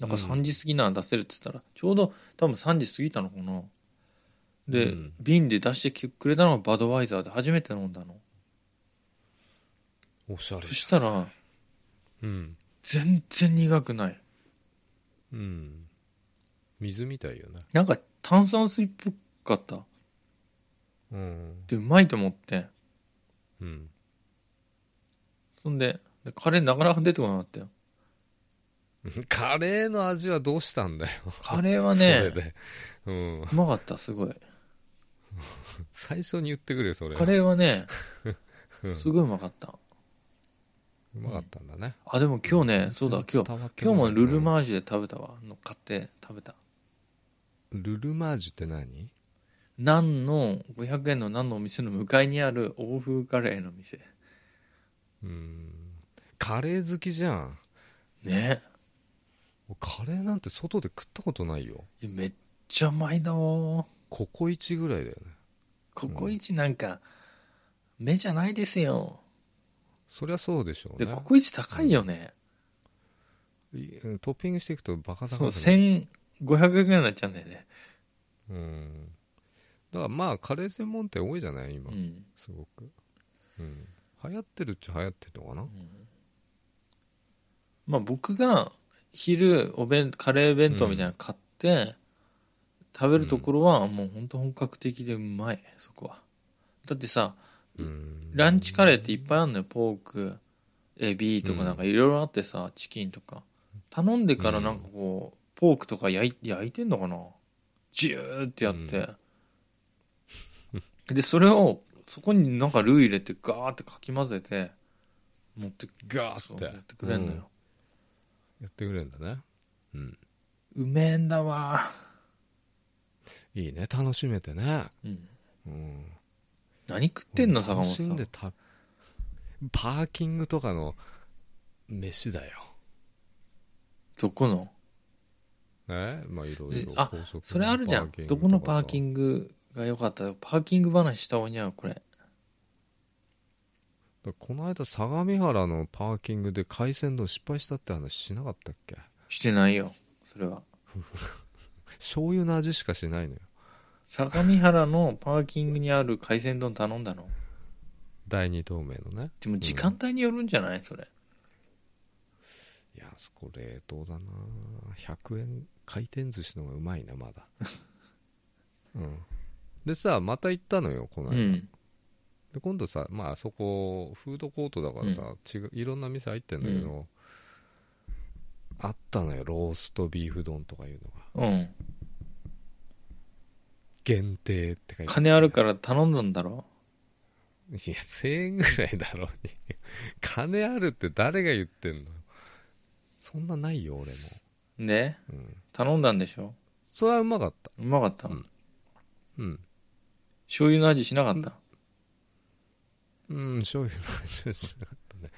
[SPEAKER 2] なんか
[SPEAKER 1] うん
[SPEAKER 2] 3時過ぎなら出せるって言ったら、ちょうど多分3時過ぎたのかな。で、
[SPEAKER 1] うん
[SPEAKER 2] 瓶で出してきてくれたのがバドワイザーで初めて飲んだの。
[SPEAKER 1] おしゃれ
[SPEAKER 2] そしたら、
[SPEAKER 1] うん
[SPEAKER 2] 全然苦くない。
[SPEAKER 1] うん水みたいよね
[SPEAKER 2] なんか炭酸水っぽかった。
[SPEAKER 1] うん
[SPEAKER 2] で、うまいと思って。
[SPEAKER 1] うん
[SPEAKER 2] そんで、でカレーなかなか出てこな かったよ。
[SPEAKER 1] カレーの味はどうしたんだよ
[SPEAKER 2] カレーは
[SPEAKER 1] それ
[SPEAKER 2] ね、
[SPEAKER 1] でうん
[SPEAKER 2] うまかった、すごい。
[SPEAKER 1] 最初に言ってくれよそれ
[SPEAKER 2] カレーはね、
[SPEAKER 1] うん
[SPEAKER 2] すごいうまかった。
[SPEAKER 1] うまかったんだね
[SPEAKER 2] あ、でも今日ね、そうだ、今日、今日もルル
[SPEAKER 1] ー
[SPEAKER 2] マージュで食べたわ。の買って食べた。
[SPEAKER 1] ジュルルマージュって何
[SPEAKER 2] ナンの、500円のナンのお店の向かいにある欧風カレーの店。
[SPEAKER 1] うんカレー好きじゃん
[SPEAKER 2] ね。
[SPEAKER 1] カレーなんて外で食ったことないよ
[SPEAKER 2] いやめっちゃうまいだお。
[SPEAKER 1] ココイチぐらいだよね
[SPEAKER 2] ココイチなんか、目じゃないですよ。
[SPEAKER 1] そりゃそうでしょう
[SPEAKER 2] で、
[SPEAKER 1] ね
[SPEAKER 2] ココイチ高いよね。
[SPEAKER 1] いうんトッピングしていくとバカ
[SPEAKER 2] そう、
[SPEAKER 1] 高くなる
[SPEAKER 2] 1500円ぐらいになっちゃうんだよね。
[SPEAKER 1] うんだからまあカレー専門店多いじゃない今、
[SPEAKER 2] うん。
[SPEAKER 1] すごくうん流行ってるっちゃ流行ってるのかな
[SPEAKER 2] まあ僕が昼お弁カレー弁当みたいなの買って、食べるところはもうほんと本格的でうまいそこはだってさ
[SPEAKER 1] うん
[SPEAKER 2] ランチカレーっていっぱいあるのよポークエビとかなんかいろいろあってさチキンとか頼んでからなんかこうポークとか焼い焼いてんのかなジューってやって、でそれをそこになんかルー入れてガーってかき混ぜて持って
[SPEAKER 1] ガー
[SPEAKER 2] そ
[SPEAKER 1] っ
[SPEAKER 2] う
[SPEAKER 1] て
[SPEAKER 2] やってくれんの
[SPEAKER 1] うん
[SPEAKER 2] よ、
[SPEAKER 1] やってくれるんだねうん
[SPEAKER 2] うめえんだわ、
[SPEAKER 1] いいね楽しめてね
[SPEAKER 2] うん、
[SPEAKER 1] うん
[SPEAKER 2] 何食ってんの坂
[SPEAKER 1] 楽
[SPEAKER 2] 本
[SPEAKER 1] し
[SPEAKER 2] さ
[SPEAKER 1] ん
[SPEAKER 2] ん
[SPEAKER 1] でたパーキングとかの飯だよ
[SPEAKER 2] どこの
[SPEAKER 1] えまあいろいろ
[SPEAKER 2] えあ
[SPEAKER 1] 高速の
[SPEAKER 2] それあるじゃん
[SPEAKER 1] パーキングとか
[SPEAKER 2] ど
[SPEAKER 1] さ
[SPEAKER 2] このパーキングが良かったよパーキング話した方に合うこれ
[SPEAKER 1] だからこの間相模原のパーキングで海鮮丼失敗したって話しなかったっけ
[SPEAKER 2] してないよそれは
[SPEAKER 1] 醤油の味しかしないのよ
[SPEAKER 2] 相模原のパーキングにある海鮮丼頼んだの
[SPEAKER 1] 第二透明のね
[SPEAKER 2] でも時間帯によるんじゃないそれ
[SPEAKER 1] いやそこ冷凍だな100円回転寿司の方がうまいなまだうんでさまた行ったのよこの
[SPEAKER 2] う
[SPEAKER 1] 間、
[SPEAKER 2] ん
[SPEAKER 1] で今度さまあそこフードコートだからさ、違ういろんな店入ってんだけど、あったのよローストビーフ丼とかいうのが
[SPEAKER 2] うん
[SPEAKER 1] 限定って書いて
[SPEAKER 2] 金あるから頼んだんだろ
[SPEAKER 1] いや1000円ぐらいだろ 金あるって誰が言ってんのそんなないよ俺も、
[SPEAKER 2] で
[SPEAKER 1] うん、
[SPEAKER 2] 頼んだんでしょ
[SPEAKER 1] それはうまかった
[SPEAKER 2] うまかった、
[SPEAKER 1] うんうん
[SPEAKER 2] 醤油の味しなかった、
[SPEAKER 1] うん醤油の味はしなかったね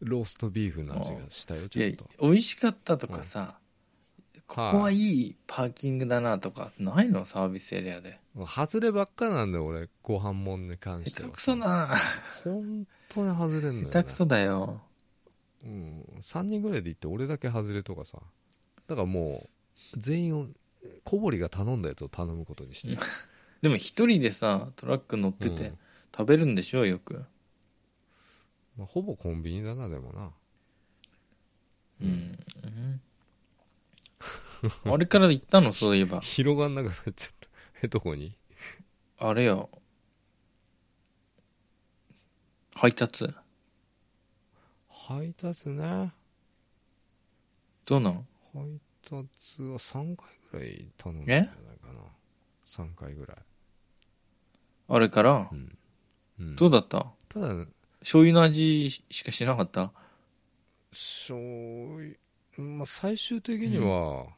[SPEAKER 1] ローストビーフの味がしたよ
[SPEAKER 2] い
[SPEAKER 1] ちょ
[SPEAKER 2] や
[SPEAKER 1] っと
[SPEAKER 2] 美味しかったとかさ、ここはいいパーキングだなとかないのサービスエリアで
[SPEAKER 1] もう外ればっかなんだよ俺ご飯もんに関して
[SPEAKER 2] 下手
[SPEAKER 1] は
[SPEAKER 2] くそだな
[SPEAKER 1] 本当に外れんのよ、ね、
[SPEAKER 2] 下手くそだよ
[SPEAKER 1] うん、3人ぐらいで行って俺だけ外れとかさだからもう全員を小堀が頼んだやつを頼むことにして
[SPEAKER 2] でも一人でさトラック乗ってて、
[SPEAKER 1] うん
[SPEAKER 2] 食べるんでしょよく
[SPEAKER 1] まあ、ほぼコンビニだなでもな
[SPEAKER 2] うん、あれから行ったのそういえば
[SPEAKER 1] 広がん なくなっちゃったえどこに
[SPEAKER 2] あれよ配達
[SPEAKER 1] 配達ね
[SPEAKER 2] どうなん
[SPEAKER 1] 配達は3回ぐらい頼んだんじゃないかな3回ぐらい、
[SPEAKER 2] あれから
[SPEAKER 1] うんうん、
[SPEAKER 2] どうだった
[SPEAKER 1] ただ
[SPEAKER 2] 醤油の味しかしなかった
[SPEAKER 1] 醤油まあ最終的には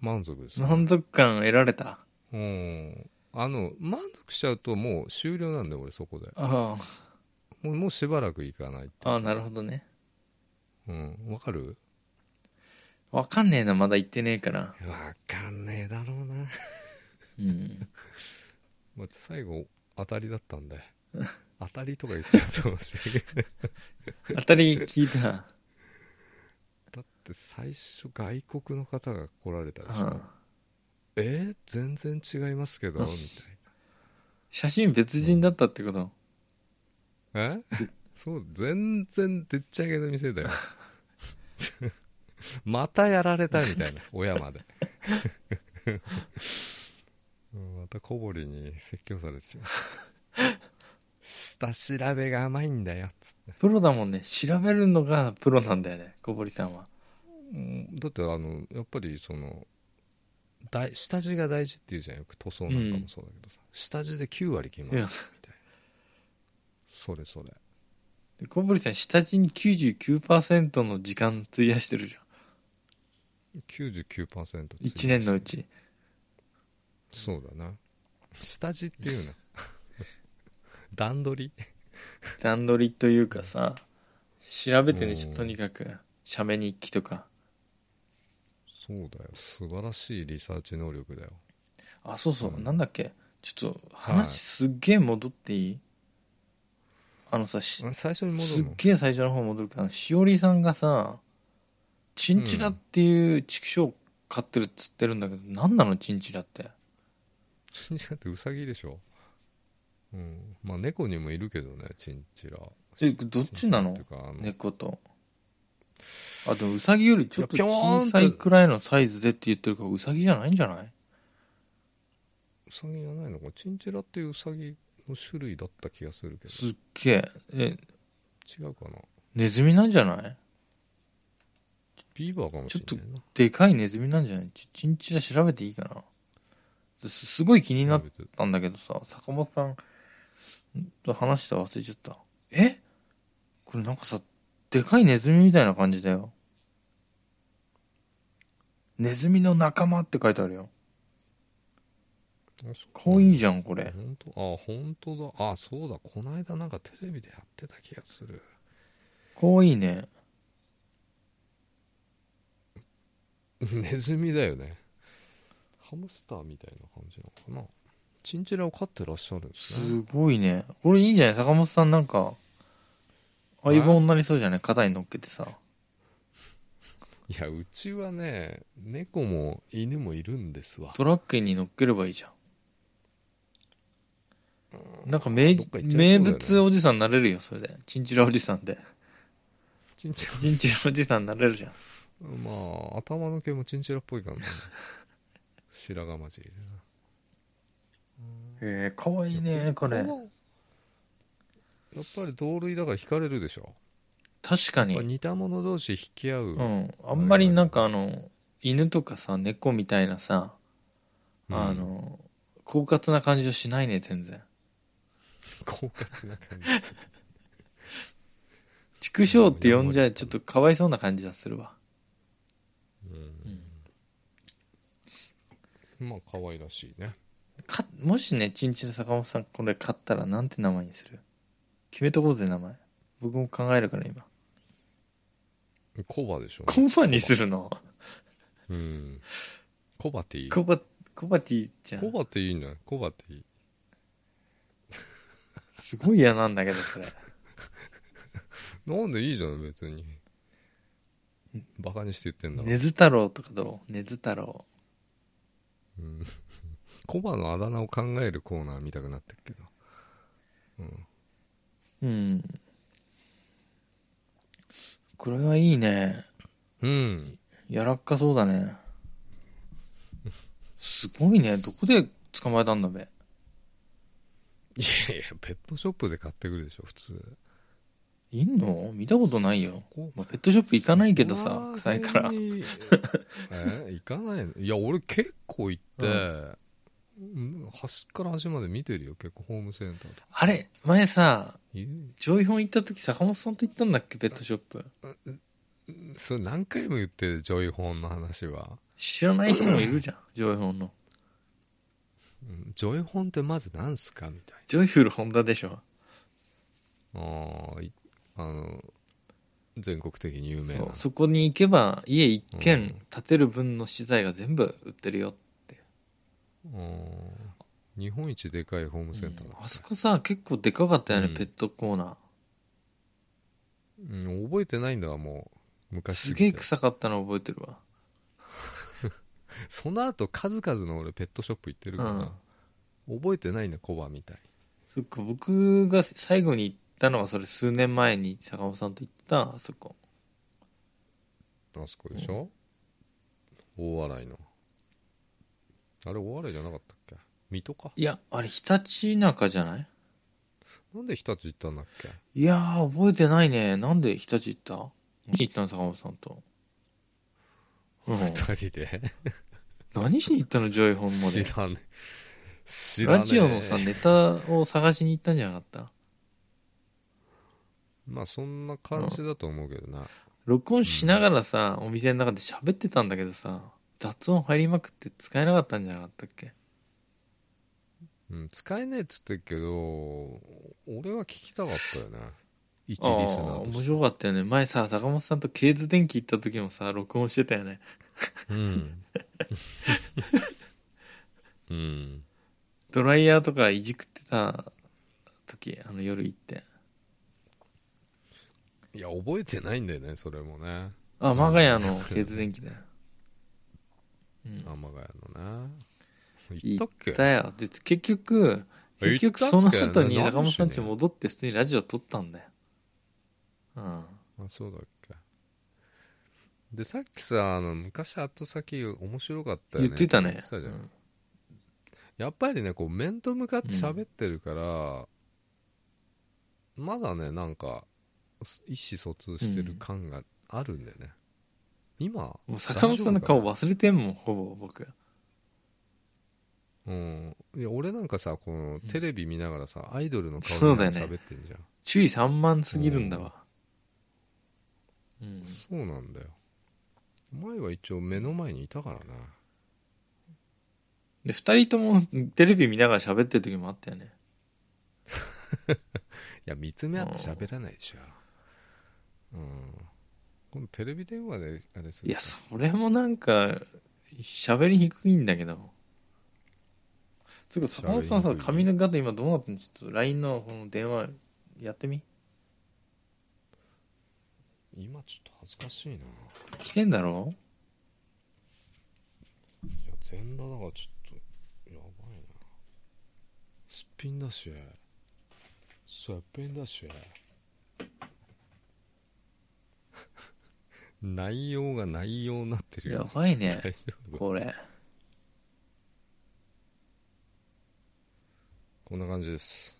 [SPEAKER 1] 満足です、ね
[SPEAKER 2] 満足感得られた
[SPEAKER 1] うんあの満足しちゃうともう終了なんで俺そこで
[SPEAKER 2] あ
[SPEAKER 1] もうもうしばらく行かないって
[SPEAKER 2] あああなるほどね
[SPEAKER 1] うんわかる
[SPEAKER 2] わかんねえなまだ行ってねえから
[SPEAKER 1] わかんねえだろうな
[SPEAKER 2] うん
[SPEAKER 1] まあ最後当たりだったんで当たりとか言っちゃったかもしれないけど
[SPEAKER 2] 当たり聞いた
[SPEAKER 1] だって最初外国の方が来られたでしょ、
[SPEAKER 2] ああ
[SPEAKER 1] えー全然違いますけどみたい
[SPEAKER 2] 写真別人だったってこと
[SPEAKER 1] なえ そう全然でっち上げの店だよ またやられたみたい な親までうんまた小堀に説教されてしまう下調べが甘いんだよっつって
[SPEAKER 2] プロだもんね調べるのがプロなんだよね小堀さんは
[SPEAKER 1] うんだってあのやっぱりその大下地が大事っていうじゃんよく塗装なんかもそうだけどさ、下地で9割決まる
[SPEAKER 2] い
[SPEAKER 1] み
[SPEAKER 2] や
[SPEAKER 1] たいなそれそれ
[SPEAKER 2] で小堀さん下地に99%の時間費やしてるじゃん
[SPEAKER 1] 99%つい
[SPEAKER 2] 1年のうち
[SPEAKER 1] そうだな下地っていうな 段取り
[SPEAKER 2] 段取りというかさ調べてね
[SPEAKER 1] うん
[SPEAKER 2] とにかく写メ日記とか
[SPEAKER 1] そうだよ素晴らしいリサーチ能力だよ
[SPEAKER 2] あそうそう、
[SPEAKER 1] うん
[SPEAKER 2] なんだっけちょっと
[SPEAKER 1] はい
[SPEAKER 2] 話すっげえ戻っていい、あのさし
[SPEAKER 1] あれ最初に戻
[SPEAKER 2] す
[SPEAKER 1] る
[SPEAKER 2] っ
[SPEAKER 1] の
[SPEAKER 2] げえ最初の方戻るけどあのしおりさんがさチンチラっていう畜生を飼ってるっつってるんだけど、何なのチンチラって
[SPEAKER 1] チンチラってウサギでしょうんまあ猫にもいるけどねチンチラ
[SPEAKER 2] えどっちなの
[SPEAKER 1] チンチラっていうかあの
[SPEAKER 2] 猫とあでもウサギよりちょっと
[SPEAKER 1] いやピョーン
[SPEAKER 2] 小
[SPEAKER 1] って
[SPEAKER 2] さいくらいのサイズでって言ってるからウサギじゃないんじゃない
[SPEAKER 1] ウサギじゃないのかチンチラっていうウサギの種類だった気がするけ
[SPEAKER 2] すっげええ
[SPEAKER 1] ど違うかな
[SPEAKER 2] ネズミなんじゃない
[SPEAKER 1] ビーバーかもしれないな
[SPEAKER 2] でかいネズミなんじゃないちチンチラ調べていいかなすすごい気になっ
[SPEAKER 1] 調べて
[SPEAKER 2] たんだけどさ坂本さんと話した忘れちゃったえこれなんかさでかいネズミみたいな感じだよネズミの仲間って書いてあるよ
[SPEAKER 1] あそう
[SPEAKER 2] かわいいじゃんこれ
[SPEAKER 1] 本当あ本当だあそうだこの間なんかテレビでやってた気がする
[SPEAKER 2] かわいいね
[SPEAKER 1] ネズミだよねハムスターみたいな感じなのかなチンチラを飼ってらっしゃるんです
[SPEAKER 2] す
[SPEAKER 1] ね
[SPEAKER 2] ごいねこれいいんじゃない坂本さんなんか相棒になりそうじゃない肩に乗っけてさ
[SPEAKER 1] いやうちはね猫も犬もいるんですわ
[SPEAKER 2] トラックに乗っければいいじゃん。なんか名
[SPEAKER 1] どっか行っちゃいそうだ
[SPEAKER 2] 名
[SPEAKER 1] よね
[SPEAKER 2] 物おじさんになれるよ、それで。チンチラおじさ んで。
[SPEAKER 1] チンチラ
[SPEAKER 2] チンチラおじさんになれるじゃん。
[SPEAKER 1] まあ頭の毛もチンチラっぽいからね白髪交じりでな
[SPEAKER 2] へえ、かわいいね、これ。
[SPEAKER 1] のやっぱり同類だから惹かれるでしょ、
[SPEAKER 2] 確か
[SPEAKER 1] やっぱ
[SPEAKER 2] に。
[SPEAKER 1] 似た者同士引き合う、
[SPEAKER 2] うん。あんまりなんかあの、犬とかさ、猫みたいなさ、
[SPEAKER 1] うん
[SPEAKER 2] あの、狡猾な感じはしないね、全然。
[SPEAKER 1] 狡猾な感じ
[SPEAKER 2] 畜生って呼んじゃちょっとかわいそうな感じはするわ。
[SPEAKER 1] うんまあ可愛らしいね
[SPEAKER 2] かもしねチンチン坂本さんこれ買ったらなんて名前にする決めとこうぜ名前僕も考えるから今
[SPEAKER 1] コバでしょ、
[SPEAKER 2] コバにするの
[SPEAKER 1] うんコバっていい
[SPEAKER 2] コバコバティちゃ
[SPEAKER 1] コ
[SPEAKER 2] ん
[SPEAKER 1] バっていいんじゃないコバっていい
[SPEAKER 2] すごい嫌なんだけどそれ
[SPEAKER 1] なんでいいじゃん別にバカにして言ってんだから、
[SPEAKER 2] 根津太郎とかどう根津太郎
[SPEAKER 1] うん、コバのあだ名を考えるコーナー見たくなってるけど、うん、
[SPEAKER 2] うんこれはいいね
[SPEAKER 1] うん
[SPEAKER 2] 柔らかそうだねすごいねどこで捕まえたんだべ
[SPEAKER 1] いやいやペットショップで買ってくるでしょ普通
[SPEAKER 2] いんの見たことないよ
[SPEAKER 1] そ、こ
[SPEAKER 2] まあ、ペットショップ行かないけどさ
[SPEAKER 1] そこ
[SPEAKER 2] 臭
[SPEAKER 1] ら
[SPEAKER 2] いから
[SPEAKER 1] 辺にえ行かないのいや俺結構行って、うん端から端まで見てるよ結構ホームセンターとか
[SPEAKER 2] あれ前さ
[SPEAKER 1] い
[SPEAKER 2] ジョイホン行った時坂本さんと行ったんだっけペットショップ
[SPEAKER 1] それ何回も言ってるジョイホンの話は、
[SPEAKER 2] 知らない人もいるじゃんジョイホンの
[SPEAKER 1] うんジョイホンってまず何すかみたい
[SPEAKER 2] ジョイフルホンダでしょ
[SPEAKER 1] なあーいあの全国的に有名な
[SPEAKER 2] そうそこに行けば家一
[SPEAKER 1] う
[SPEAKER 2] 軒
[SPEAKER 1] ん
[SPEAKER 2] 建てる分の資材が全部売ってるよ、
[SPEAKER 1] うん日本一でかいホームセンターなん
[SPEAKER 2] あ
[SPEAKER 1] です
[SPEAKER 2] そ
[SPEAKER 1] ね
[SPEAKER 2] こさ結構でかかったよね、
[SPEAKER 1] うん
[SPEAKER 2] ペットコーナ
[SPEAKER 1] うん覚えてないんだわもう
[SPEAKER 2] ー
[SPEAKER 1] 昔
[SPEAKER 2] す
[SPEAKER 1] す
[SPEAKER 2] げ
[SPEAKER 1] ぎ
[SPEAKER 2] え
[SPEAKER 1] て
[SPEAKER 2] 臭かったの覚えてるわ
[SPEAKER 1] その後数々の俺ペットショップ行ってるから、覚えてないねコバみたい
[SPEAKER 2] そっか僕が最後に行ったのはそれ数年前に坂本さんと行ったあそこ
[SPEAKER 1] あそこでしょ、大洗のあれ大洗じゃなかったっけ水戸か
[SPEAKER 2] いやあれひたちなかじゃない
[SPEAKER 1] なんで日立行ったんだっけ
[SPEAKER 2] いやー覚えてないねなんでひたち行った何しに行ったの坂本さんと、 うん、
[SPEAKER 1] 二人で
[SPEAKER 2] 何しに行ったのジョイホンまで
[SPEAKER 1] 知らね知らね
[SPEAKER 2] ラジオのさネタを探しに行ったんじゃなかった
[SPEAKER 1] まあそんな感じだと思うけどな、
[SPEAKER 2] 録音しながらさ、お店の中で喋ってたんだけどさ雑音入りまくって使えなかったんじゃなかったっけ
[SPEAKER 1] うん、使えねえっつってっけど俺は聞きたかったよね一リスナ
[SPEAKER 2] あ
[SPEAKER 1] ー
[SPEAKER 2] ー
[SPEAKER 1] と
[SPEAKER 2] 面
[SPEAKER 1] して
[SPEAKER 2] 白かったよね前さ坂本さんとケーズ電機行った時もさ録音してたよね
[SPEAKER 1] うん、うん、
[SPEAKER 2] ドライヤーとかいじくってた時あの夜行って
[SPEAKER 1] いや覚えてないんだよねそれもね
[SPEAKER 2] あ我が家 のケーズ電機だよ、うん、
[SPEAKER 1] 天ヶ谷のね行った
[SPEAKER 2] 行
[SPEAKER 1] っけ
[SPEAKER 2] ったよで結局結局その後に坂本さんち
[SPEAKER 1] も
[SPEAKER 2] 戻って普通にラジオ撮ったんだようん
[SPEAKER 1] あそうだっけでさっきさあの昔後先面白かったよ
[SPEAKER 2] 言
[SPEAKER 1] ね
[SPEAKER 2] ってたね
[SPEAKER 1] そうじゃん
[SPEAKER 2] うん
[SPEAKER 1] やっぱりねこう面と向かって喋ってるから、まだねなんかす意思疎通してる感があるんだよね、今
[SPEAKER 2] もう坂本さんの顔忘れてんもんほぼ僕
[SPEAKER 1] うんいや俺なんかさこのテレビ見ながらさ、アイドルの顔
[SPEAKER 2] そう
[SPEAKER 1] 見
[SPEAKER 2] だ
[SPEAKER 1] な
[SPEAKER 2] よ
[SPEAKER 1] が
[SPEAKER 2] ね
[SPEAKER 1] ら喋ってんじゃん
[SPEAKER 2] 注意3万すぎるんだわうん
[SPEAKER 1] そう,、なんだよ前は一応目の前にいたからな
[SPEAKER 2] で2人ともテレビ見ながら喋ってる時もあったよね
[SPEAKER 1] いや見つめ合って喋らないでしょうん今度テレビ電話であれする
[SPEAKER 2] いや
[SPEAKER 1] か
[SPEAKER 2] それもなんか喋りにくいんだけどつうか坂本さん
[SPEAKER 1] 喋
[SPEAKER 2] さ
[SPEAKER 1] りにくい
[SPEAKER 2] 髪の型今どうなってんのちょっと LINE のこの電話やってみ
[SPEAKER 1] 今ちょっと恥ずかしいな
[SPEAKER 2] 来てんだろ
[SPEAKER 1] いや全裸だからちょっとやばいなすっぴんだしすっぴんだし 内容が内容になってる
[SPEAKER 2] や
[SPEAKER 1] よ
[SPEAKER 2] ばい
[SPEAKER 1] 大
[SPEAKER 2] ね
[SPEAKER 1] 丈夫
[SPEAKER 2] これ
[SPEAKER 1] こんな感じです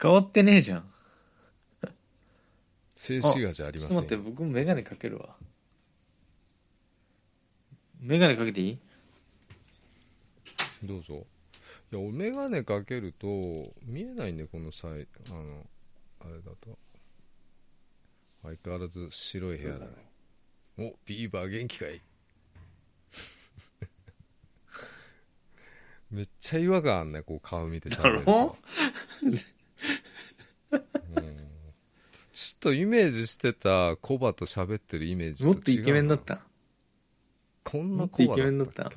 [SPEAKER 2] 変わってねえじゃん
[SPEAKER 1] 静止画じゃあり
[SPEAKER 2] ちょ
[SPEAKER 1] ま
[SPEAKER 2] っと
[SPEAKER 1] せん
[SPEAKER 2] 待って僕もメガネかけるわメガネかけていい
[SPEAKER 1] どうぞいや俺眼鏡かけると見えないんでこの際あのあれだと相変わらず白い部屋だねおビーバー元気かい めっちゃ違和感あんねこう顔見て喋る
[SPEAKER 2] だろ
[SPEAKER 1] とうんちょっとイメージしてたコバと喋ってるイメージと違う
[SPEAKER 2] も
[SPEAKER 1] な
[SPEAKER 2] っとイケメンだった
[SPEAKER 1] こんなコバだったっけ
[SPEAKER 2] もっとイケメンだった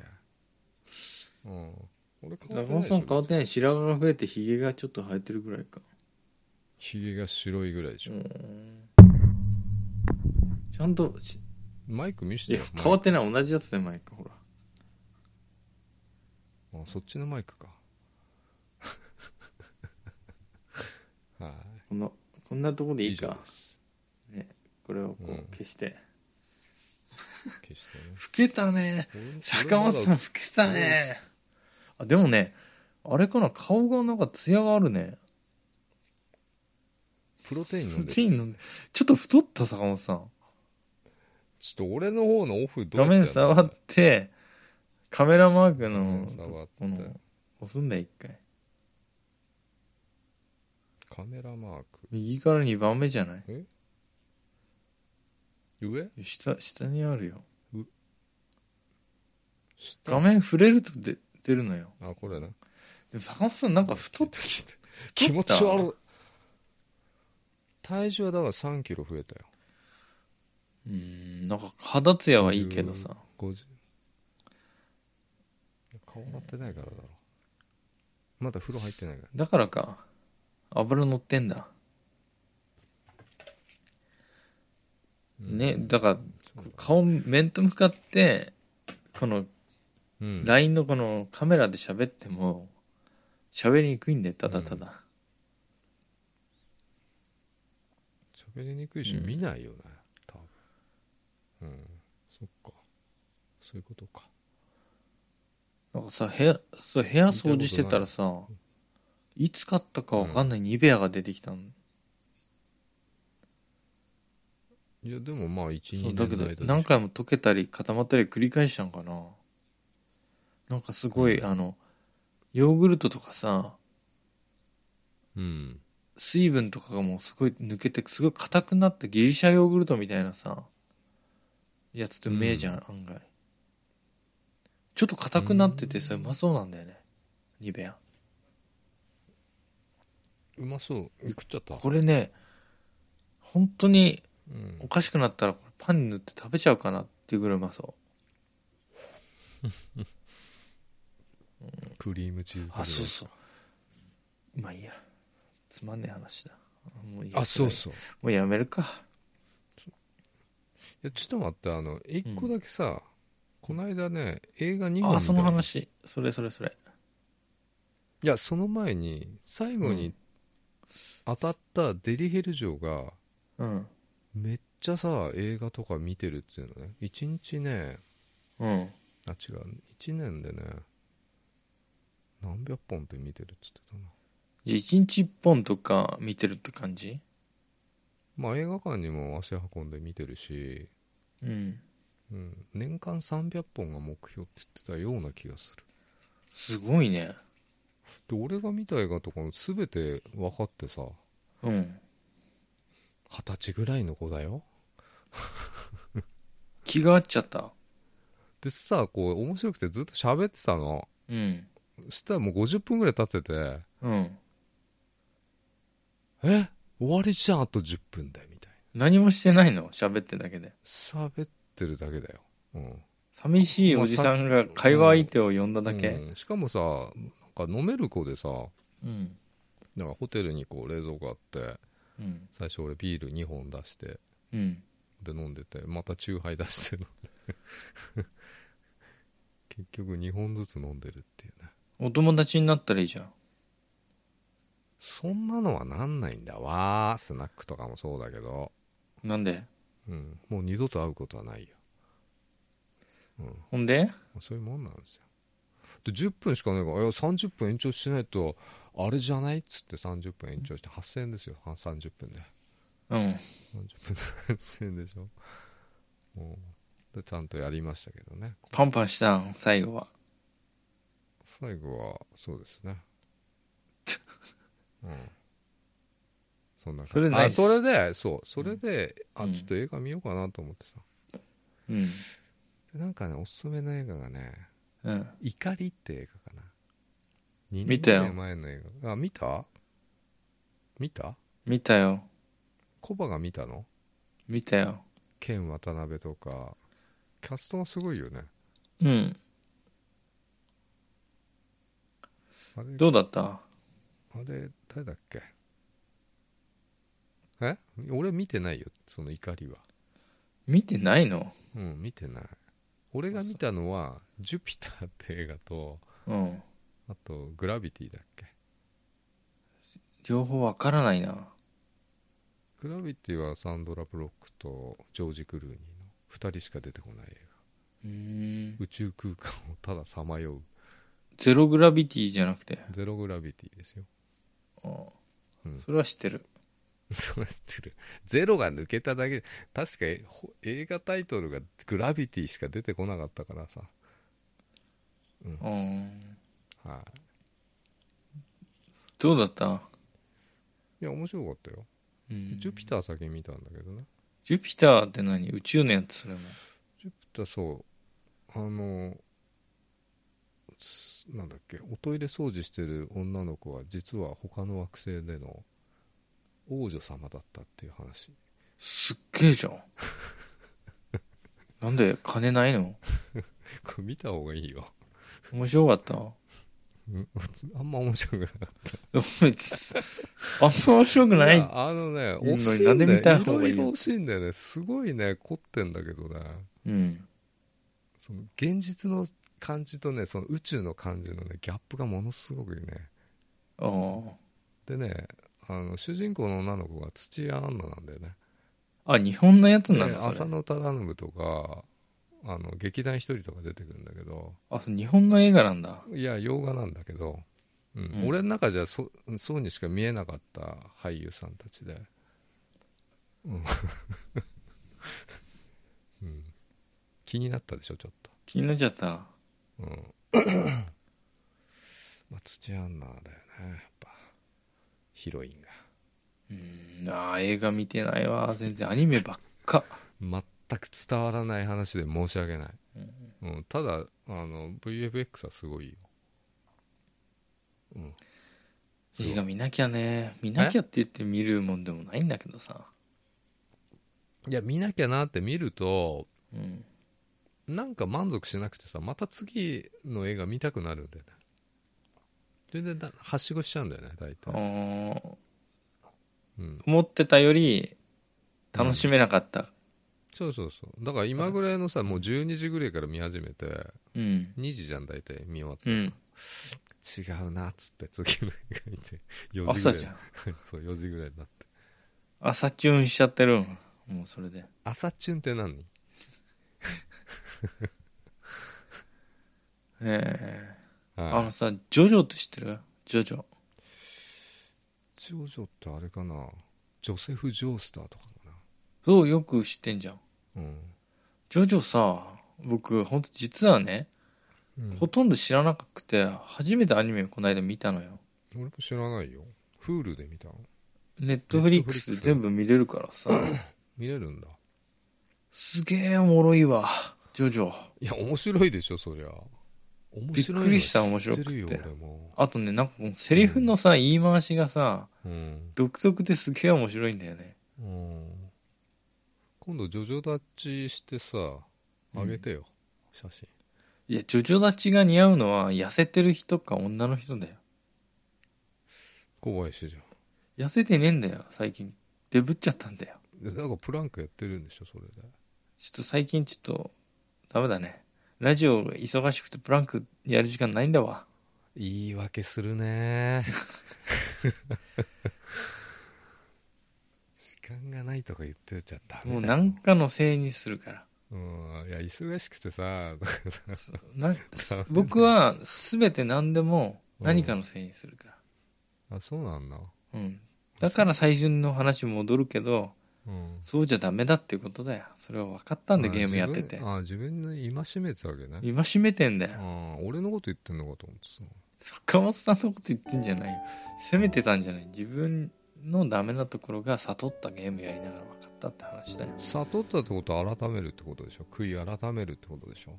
[SPEAKER 1] うん俺変わ
[SPEAKER 2] 中
[SPEAKER 1] ってない
[SPEAKER 2] 本
[SPEAKER 1] でし
[SPEAKER 2] さ
[SPEAKER 1] ょ
[SPEAKER 2] ん変わってない白髪が増えてひげがちょっと生えてるぐらいか
[SPEAKER 1] ひげが白いぐらいでし
[SPEAKER 2] う
[SPEAKER 1] ょ、
[SPEAKER 2] んちゃんとし
[SPEAKER 1] マイク見せ
[SPEAKER 2] い
[SPEAKER 1] て
[SPEAKER 2] や
[SPEAKER 1] よ
[SPEAKER 2] 変わっててない同じやつだよマイクほら
[SPEAKER 1] あそっちのマイク かはい
[SPEAKER 2] このこんなとこでい
[SPEAKER 1] 以
[SPEAKER 2] い
[SPEAKER 1] 上
[SPEAKER 2] か
[SPEAKER 1] です
[SPEAKER 2] これをこ
[SPEAKER 1] うん
[SPEAKER 2] う消して、
[SPEAKER 1] 消して
[SPEAKER 2] 老けたね
[SPEAKER 1] ね
[SPEAKER 2] 坂本さん老けたねあでもねあれかな顔がなんかツヤがあるね。
[SPEAKER 1] プロテイン飲ん
[SPEAKER 2] プ
[SPEAKER 1] で
[SPEAKER 2] ロテイン飲んで。ちょっと太った坂本さん。
[SPEAKER 1] ちょっと俺の方のオフどう
[SPEAKER 2] 画
[SPEAKER 1] やってやる
[SPEAKER 2] 面
[SPEAKER 1] の
[SPEAKER 2] 触って、カメラマーク
[SPEAKER 1] 画
[SPEAKER 2] の
[SPEAKER 1] 面、触って
[SPEAKER 2] この、押すんだよ、一回。
[SPEAKER 1] カメラマーク
[SPEAKER 2] 右から2番目じゃない
[SPEAKER 1] 上
[SPEAKER 2] 下、下にあるよ。
[SPEAKER 1] 下
[SPEAKER 2] 画面触れると出出るのよ。
[SPEAKER 1] あこれね
[SPEAKER 2] でも坂本さんなんか太っ
[SPEAKER 1] 気持ち悪い体重はだから3キロ増えたよ
[SPEAKER 2] うーん、なんか肌ツヤはいいけどさ。
[SPEAKER 1] 50顔洗ってないからだろまだ風呂入ってないから
[SPEAKER 2] だからか。油乗ってんだ。ね、だから、顔面と向かって、この
[SPEAKER 1] うん
[SPEAKER 2] LINE のこのカメラで喋っても、喋りにくいんで、ただただ。
[SPEAKER 1] 喋りにくいし
[SPEAKER 2] うん
[SPEAKER 1] 見ないよね多分うんそっかそういうことか
[SPEAKER 2] なんかさ、部屋、そう部屋掃除してたらさ、いつ買ったかわかんないニベアが出てきたの。
[SPEAKER 1] いやでもまあ
[SPEAKER 2] そ
[SPEAKER 1] 12
[SPEAKER 2] うだけ
[SPEAKER 1] 年の間
[SPEAKER 2] ど、何回も溶けたり固まったり繰り返したんかな。なんかすごい、
[SPEAKER 1] うん
[SPEAKER 2] あの、ヨーグルトとかさ、
[SPEAKER 1] うん
[SPEAKER 2] 水分とかがもうすごい抜けて、すごい硬くなったギリシャヨーグルトみたいなさ、やつってうめえじゃん、案外。ちょっと硬くなっててさ、うまそうなんだよね。ニベア。
[SPEAKER 1] うまそう食っちゃった
[SPEAKER 2] これね、本当に
[SPEAKER 1] うん
[SPEAKER 2] おかしくなったらこれパンに塗って食べちゃうかなっていうぐらいうまそう。
[SPEAKER 1] クリームチーズ
[SPEAKER 2] あ、そうそう。まあいいや。つまんねえ話だ。もういいや
[SPEAKER 1] あそうそう
[SPEAKER 2] もうやめるか。
[SPEAKER 1] いやちょっと待ってあの1個だけさ、こないだね映画2本
[SPEAKER 2] あ、その
[SPEAKER 1] 見たの
[SPEAKER 2] 話。それそれそれ。
[SPEAKER 1] いやその前に最後
[SPEAKER 2] う
[SPEAKER 1] に当たったデリヘル嬢が
[SPEAKER 2] うん。
[SPEAKER 1] めっちゃさ映画とか見てるっていうのね1日ね
[SPEAKER 2] うん。
[SPEAKER 1] あ違う1年でね何百本って見てるっつってたな
[SPEAKER 2] じゃあ一日一本とか見てるって感じ
[SPEAKER 1] まあ映画館にも足運んで見てるし、
[SPEAKER 2] うん。
[SPEAKER 1] うん、年間300本が目標って言ってたような気がする
[SPEAKER 2] すごいね。
[SPEAKER 1] で俺が見た映画とかの全て分かってさ
[SPEAKER 2] うん。
[SPEAKER 1] 二十歳ぐらいの子だよ
[SPEAKER 2] 気が合っちゃった。
[SPEAKER 1] でさこう面白くてずっと喋ってたの
[SPEAKER 2] うん。
[SPEAKER 1] そしたらもう50分ぐらい経ってて
[SPEAKER 2] うん。
[SPEAKER 1] 「え終わりじゃんあと10分で」みたいな
[SPEAKER 2] 何もしてないの喋ってるだけで。
[SPEAKER 1] 喋ってるだけだようん
[SPEAKER 2] 寂しいおじさんが会話相手を呼んだだけ。
[SPEAKER 1] うんしかもさなんか飲める子でさ
[SPEAKER 2] うん。
[SPEAKER 1] なんかホテルにこう冷蔵庫あって
[SPEAKER 2] うん。
[SPEAKER 1] 最初俺ビール2本出して
[SPEAKER 2] うん。
[SPEAKER 1] で飲んでてまたチューハイ出して飲んで 結局2本ずつ飲んでるっていうね
[SPEAKER 2] お友達になったらいいじゃん。
[SPEAKER 1] そんなのはなんないんだわスナックとかもそうだけど、
[SPEAKER 2] なんで
[SPEAKER 1] うん、もう二度と会うことはないよ、うん、ま
[SPEAKER 2] ほんで
[SPEAKER 1] あそういうもんなんですよで10分しかないからいや30分延長しないとあれじゃないっつって30分延長して8000円ですよは30分で
[SPEAKER 2] う
[SPEAKER 1] 30
[SPEAKER 2] ん。
[SPEAKER 1] 分で8000円でしょ、うん、でちゃんとやりましたけどね
[SPEAKER 2] パンパンしたん、最後は。
[SPEAKER 1] 最後はそうです ねうんそんな
[SPEAKER 2] そ
[SPEAKER 1] 感
[SPEAKER 2] れ
[SPEAKER 1] じ
[SPEAKER 2] ない
[SPEAKER 1] あ
[SPEAKER 2] っす
[SPEAKER 1] それでそうそれで、
[SPEAKER 2] うん
[SPEAKER 1] あちょっと映画見ようかなと思ってさ
[SPEAKER 2] うん。
[SPEAKER 1] でなんかねおすすめの映画がね
[SPEAKER 2] うん。
[SPEAKER 1] 「怒り」って映画かな2
[SPEAKER 2] 見たよ
[SPEAKER 1] 前の映画あ見た見た
[SPEAKER 2] 見たよ。
[SPEAKER 1] コバが見たの
[SPEAKER 2] 見たよ。
[SPEAKER 1] ケン渡辺とかキャストがすごいよね
[SPEAKER 2] うん。
[SPEAKER 1] あれ
[SPEAKER 2] どうだった
[SPEAKER 1] あれ誰だっけえ俺見てないよその怒りは
[SPEAKER 2] 見てないの
[SPEAKER 1] うん見てない俺が見たのは「ジュピター」って映画と
[SPEAKER 2] うん。
[SPEAKER 1] あと「グラビティ」だっけ
[SPEAKER 2] 両方わからないな。
[SPEAKER 1] グラビティはサンドラ・ブロックとジョージ・クルーニーの2人しか出てこない映画
[SPEAKER 2] うーん。
[SPEAKER 1] 宇宙空間をたださまよう
[SPEAKER 2] ゼログラビティじゃなくて
[SPEAKER 1] ゼログラビティですよ。
[SPEAKER 2] あー
[SPEAKER 1] うん
[SPEAKER 2] それは知ってる
[SPEAKER 1] それは知ってる。ゼロが抜けただけで、確かえほ映画タイトルがグラビティしか出てこなかったからさ。
[SPEAKER 2] うん
[SPEAKER 1] は
[SPEAKER 2] どうだった、
[SPEAKER 1] い。いや、面白かったよ。
[SPEAKER 2] うん
[SPEAKER 1] ジュピター先見たんだけどね。
[SPEAKER 2] ジュピターって何宇宙のやつそれも
[SPEAKER 1] ジュピター、そう。あの、すなんだっけ、おトイレ掃除してる女の子は、実は他の惑星での王女様だったっていう話。
[SPEAKER 2] すっげえじゃ んなんで金ないの
[SPEAKER 1] これ見た方がいいよ。
[SPEAKER 2] 面白かった
[SPEAKER 1] うんあんま面白くない。
[SPEAKER 2] お前あんま面白くないい
[SPEAKER 1] やあのね、
[SPEAKER 2] うん
[SPEAKER 1] 惜しい
[SPEAKER 2] なんん
[SPEAKER 1] だ
[SPEAKER 2] で
[SPEAKER 1] よ。
[SPEAKER 2] 見た
[SPEAKER 1] い
[SPEAKER 2] 方
[SPEAKER 1] ろ
[SPEAKER 2] がいい
[SPEAKER 1] い
[SPEAKER 2] の
[SPEAKER 1] ろ惜しいんだよね。すごいね、凝ってんだけどね。
[SPEAKER 2] うん
[SPEAKER 1] その現実の感じとね、その宇宙の感じのね、ギャップがものすごくね。
[SPEAKER 2] ああ
[SPEAKER 1] でね、あの、主人公の女の子が土屋アンナなんだよね。
[SPEAKER 2] あ日本のやつ
[SPEAKER 1] で
[SPEAKER 2] なんだそ
[SPEAKER 1] 浅
[SPEAKER 2] れ
[SPEAKER 1] 野忠信とか、あの、劇団一人とか出てくるんだけど、
[SPEAKER 2] あそう日本の映画なんだ
[SPEAKER 1] いや、洋画なんだけど、うん
[SPEAKER 2] うん
[SPEAKER 1] 俺の中じゃそそうにしか見えなかった俳優さんたちで。うん。 うん気になったでしょ、ちょっと。
[SPEAKER 2] 気になっちゃった
[SPEAKER 1] うん。まあ、土屋アンナだよね、やっぱ。ヒロイン
[SPEAKER 2] うんああ映画見てないわ全然アニメばっか
[SPEAKER 1] が。全く伝わらない話で申し訳ない。うん、ただ、あの、VFX はすごいよ。うん。すごい
[SPEAKER 2] 映画見なきゃね見なきゃって言って見るもんでもないんだけどさ
[SPEAKER 1] いや、見なきゃなって見ると、
[SPEAKER 2] うん
[SPEAKER 1] なんか満足しなくてさまた次の映画見たくなるんだよねそれでだはしごしちゃうんだよね大
[SPEAKER 2] あ
[SPEAKER 1] 体、
[SPEAKER 2] ー
[SPEAKER 1] うん、
[SPEAKER 2] 思ってたより楽しめなかった
[SPEAKER 1] そうそうそうだから今ぐらいのさもう12時ぐらいから見始めて
[SPEAKER 2] うん
[SPEAKER 1] 2時じゃん大体見終わって
[SPEAKER 2] う
[SPEAKER 1] さ、
[SPEAKER 2] ん
[SPEAKER 1] 違うなっつって次の映画見て4時ぐ
[SPEAKER 2] 朝
[SPEAKER 1] らい
[SPEAKER 2] じゃん
[SPEAKER 1] そう4時ぐらいになって
[SPEAKER 2] 朝チューンしちゃってるもうそれで
[SPEAKER 1] 朝チュンって何
[SPEAKER 2] ええあ
[SPEAKER 1] は
[SPEAKER 2] の
[SPEAKER 1] い
[SPEAKER 2] さジョジョって知ってるジョジョ
[SPEAKER 1] ジョジョってあれかなジョセフ・ジョースターとかか
[SPEAKER 2] そうよく知ってんじゃん
[SPEAKER 1] なうん、
[SPEAKER 2] ジョジョさ僕ほんと実はね、
[SPEAKER 1] うん
[SPEAKER 2] ほとんど知らなくて初めてアニメこの間見たのよ
[SPEAKER 1] 俺も知らないよ Hulu で見たの
[SPEAKER 2] ネットフリックス
[SPEAKER 1] Netflix
[SPEAKER 2] 全部見れるから さ
[SPEAKER 1] 見れるんだ
[SPEAKER 2] すげえおもろいわジョジョ
[SPEAKER 1] いや、面白いでしょ、そりゃ。面白いのは
[SPEAKER 2] びっくりした
[SPEAKER 1] 知ってる
[SPEAKER 2] 面白
[SPEAKER 1] よ
[SPEAKER 2] くて
[SPEAKER 1] 俺も。
[SPEAKER 2] あとねなんかこのセリフのさ、言い回しがさ
[SPEAKER 1] うん。
[SPEAKER 2] 独特ですげえ面白いんだよね
[SPEAKER 1] うん。今度、ジョジョ立ちしてさ、あげてよ、写真。
[SPEAKER 2] いやジョジョ立ちが似合うのは痩せてる人か女の人だよ
[SPEAKER 1] 小林じゃん。
[SPEAKER 2] 痩せてねえんだよ最近デブっちゃったんだよ
[SPEAKER 1] でなんかプランクやってるんでしょ、それで。
[SPEAKER 2] ちょっと最近ちょっとダメだねラジオが忙しくてプランクやる時間ないんだわ
[SPEAKER 1] 言い訳するね時間がないとか言ってちゃダメだよ
[SPEAKER 2] もう何かのせいにするから
[SPEAKER 1] うんいや忙しくてさとかさ
[SPEAKER 2] な僕は全て何でも何かのせいにするか
[SPEAKER 1] あそうなんだ
[SPEAKER 2] ら、うん、だから最初の話戻るけど
[SPEAKER 1] うん
[SPEAKER 2] そうじゃダメだっていうことだよそれは分かったんで
[SPEAKER 1] あ
[SPEAKER 2] ゲームやってて
[SPEAKER 1] 自分あ自分の戒めてたわけね
[SPEAKER 2] 今しめてんだよ
[SPEAKER 1] ああ俺のこと言ってんのかと思ってさ
[SPEAKER 2] 坂本さんのこと言ってんじゃないよ責めてたんじゃない自分のダメなところが悟ったゲームやりながら分かったって話だよ
[SPEAKER 1] 悟ったってことは改めるってことでしょ悔い改めるってことでしょ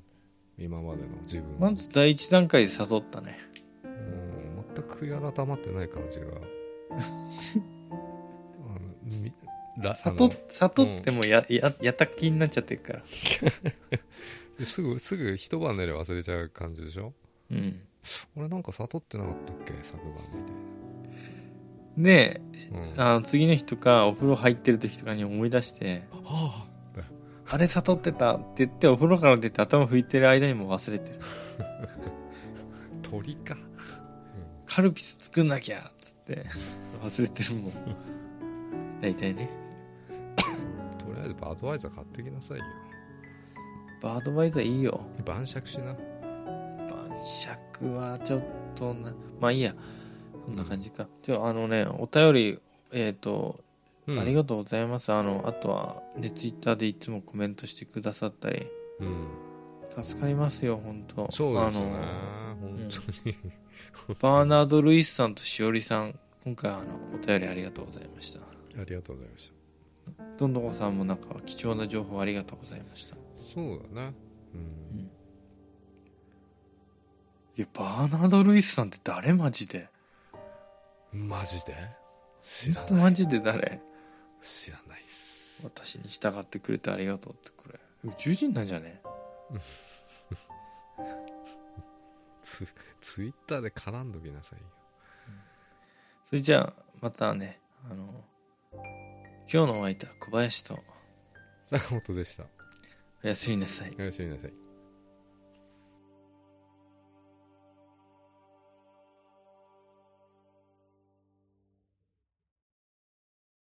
[SPEAKER 1] 今までの自分を
[SPEAKER 2] まず第一段階で誘ったね。
[SPEAKER 1] うん全く悔い改まってない感 じがあのみらあ
[SPEAKER 2] 悟
[SPEAKER 1] の
[SPEAKER 2] っ悟ってもや,、ややった気になっちゃってるから。
[SPEAKER 1] すぐすぐ一晩寝れば忘れちゃう感じでしょ
[SPEAKER 2] うん。
[SPEAKER 1] 俺なんか悟ってなかったっけ昨晩み
[SPEAKER 2] で、
[SPEAKER 1] たいな、うん、は
[SPEAKER 2] あの次の日とかお風呂入ってる時とかに思い出して、
[SPEAKER 1] あ
[SPEAKER 2] あれ悟ってたって言ってお風呂から出て頭拭いてる間にもう忘れてる。
[SPEAKER 1] 鳥か、
[SPEAKER 2] カルピス作んなきゃっつって 忘れてるもん。大体ね。
[SPEAKER 1] うん、とりあえずバドワイザー買ってきなさいよ
[SPEAKER 2] バードバイザーいいよ。
[SPEAKER 1] 晩酌しな
[SPEAKER 2] 晩尺はちょっとな、まあいいや。こんな感じか。じゃあ、あのね、お便り、えっ、と、
[SPEAKER 1] うん
[SPEAKER 2] ありがとうございます。あの、あとは、ね、ツイッターでいつもコメントしてくださったり、
[SPEAKER 1] うん、
[SPEAKER 2] 助かりますよ、本当
[SPEAKER 1] そうですよね
[SPEAKER 2] あ
[SPEAKER 1] 本当に、
[SPEAKER 2] の、バーナード・ルイスさんとしおりさん、今回、あの、お便りありがとうございました。
[SPEAKER 1] ありがとうございました
[SPEAKER 2] どんどこさんもなんか、貴重な情報ありがとうございました。
[SPEAKER 1] そうだねうん
[SPEAKER 2] いや、バーナード・ルイスさんって誰マジで
[SPEAKER 1] マジで知らない
[SPEAKER 2] マジで誰
[SPEAKER 1] 知らないっす
[SPEAKER 2] 私に従ってくれてありがとうってこれ宇宙人なんじゃね
[SPEAKER 1] ツツイッターで絡んどきなさいよ
[SPEAKER 2] それじゃあまたねあの今日のお相手は小林と
[SPEAKER 1] 坂本でした
[SPEAKER 2] おやすみなさい
[SPEAKER 1] おやすみなさい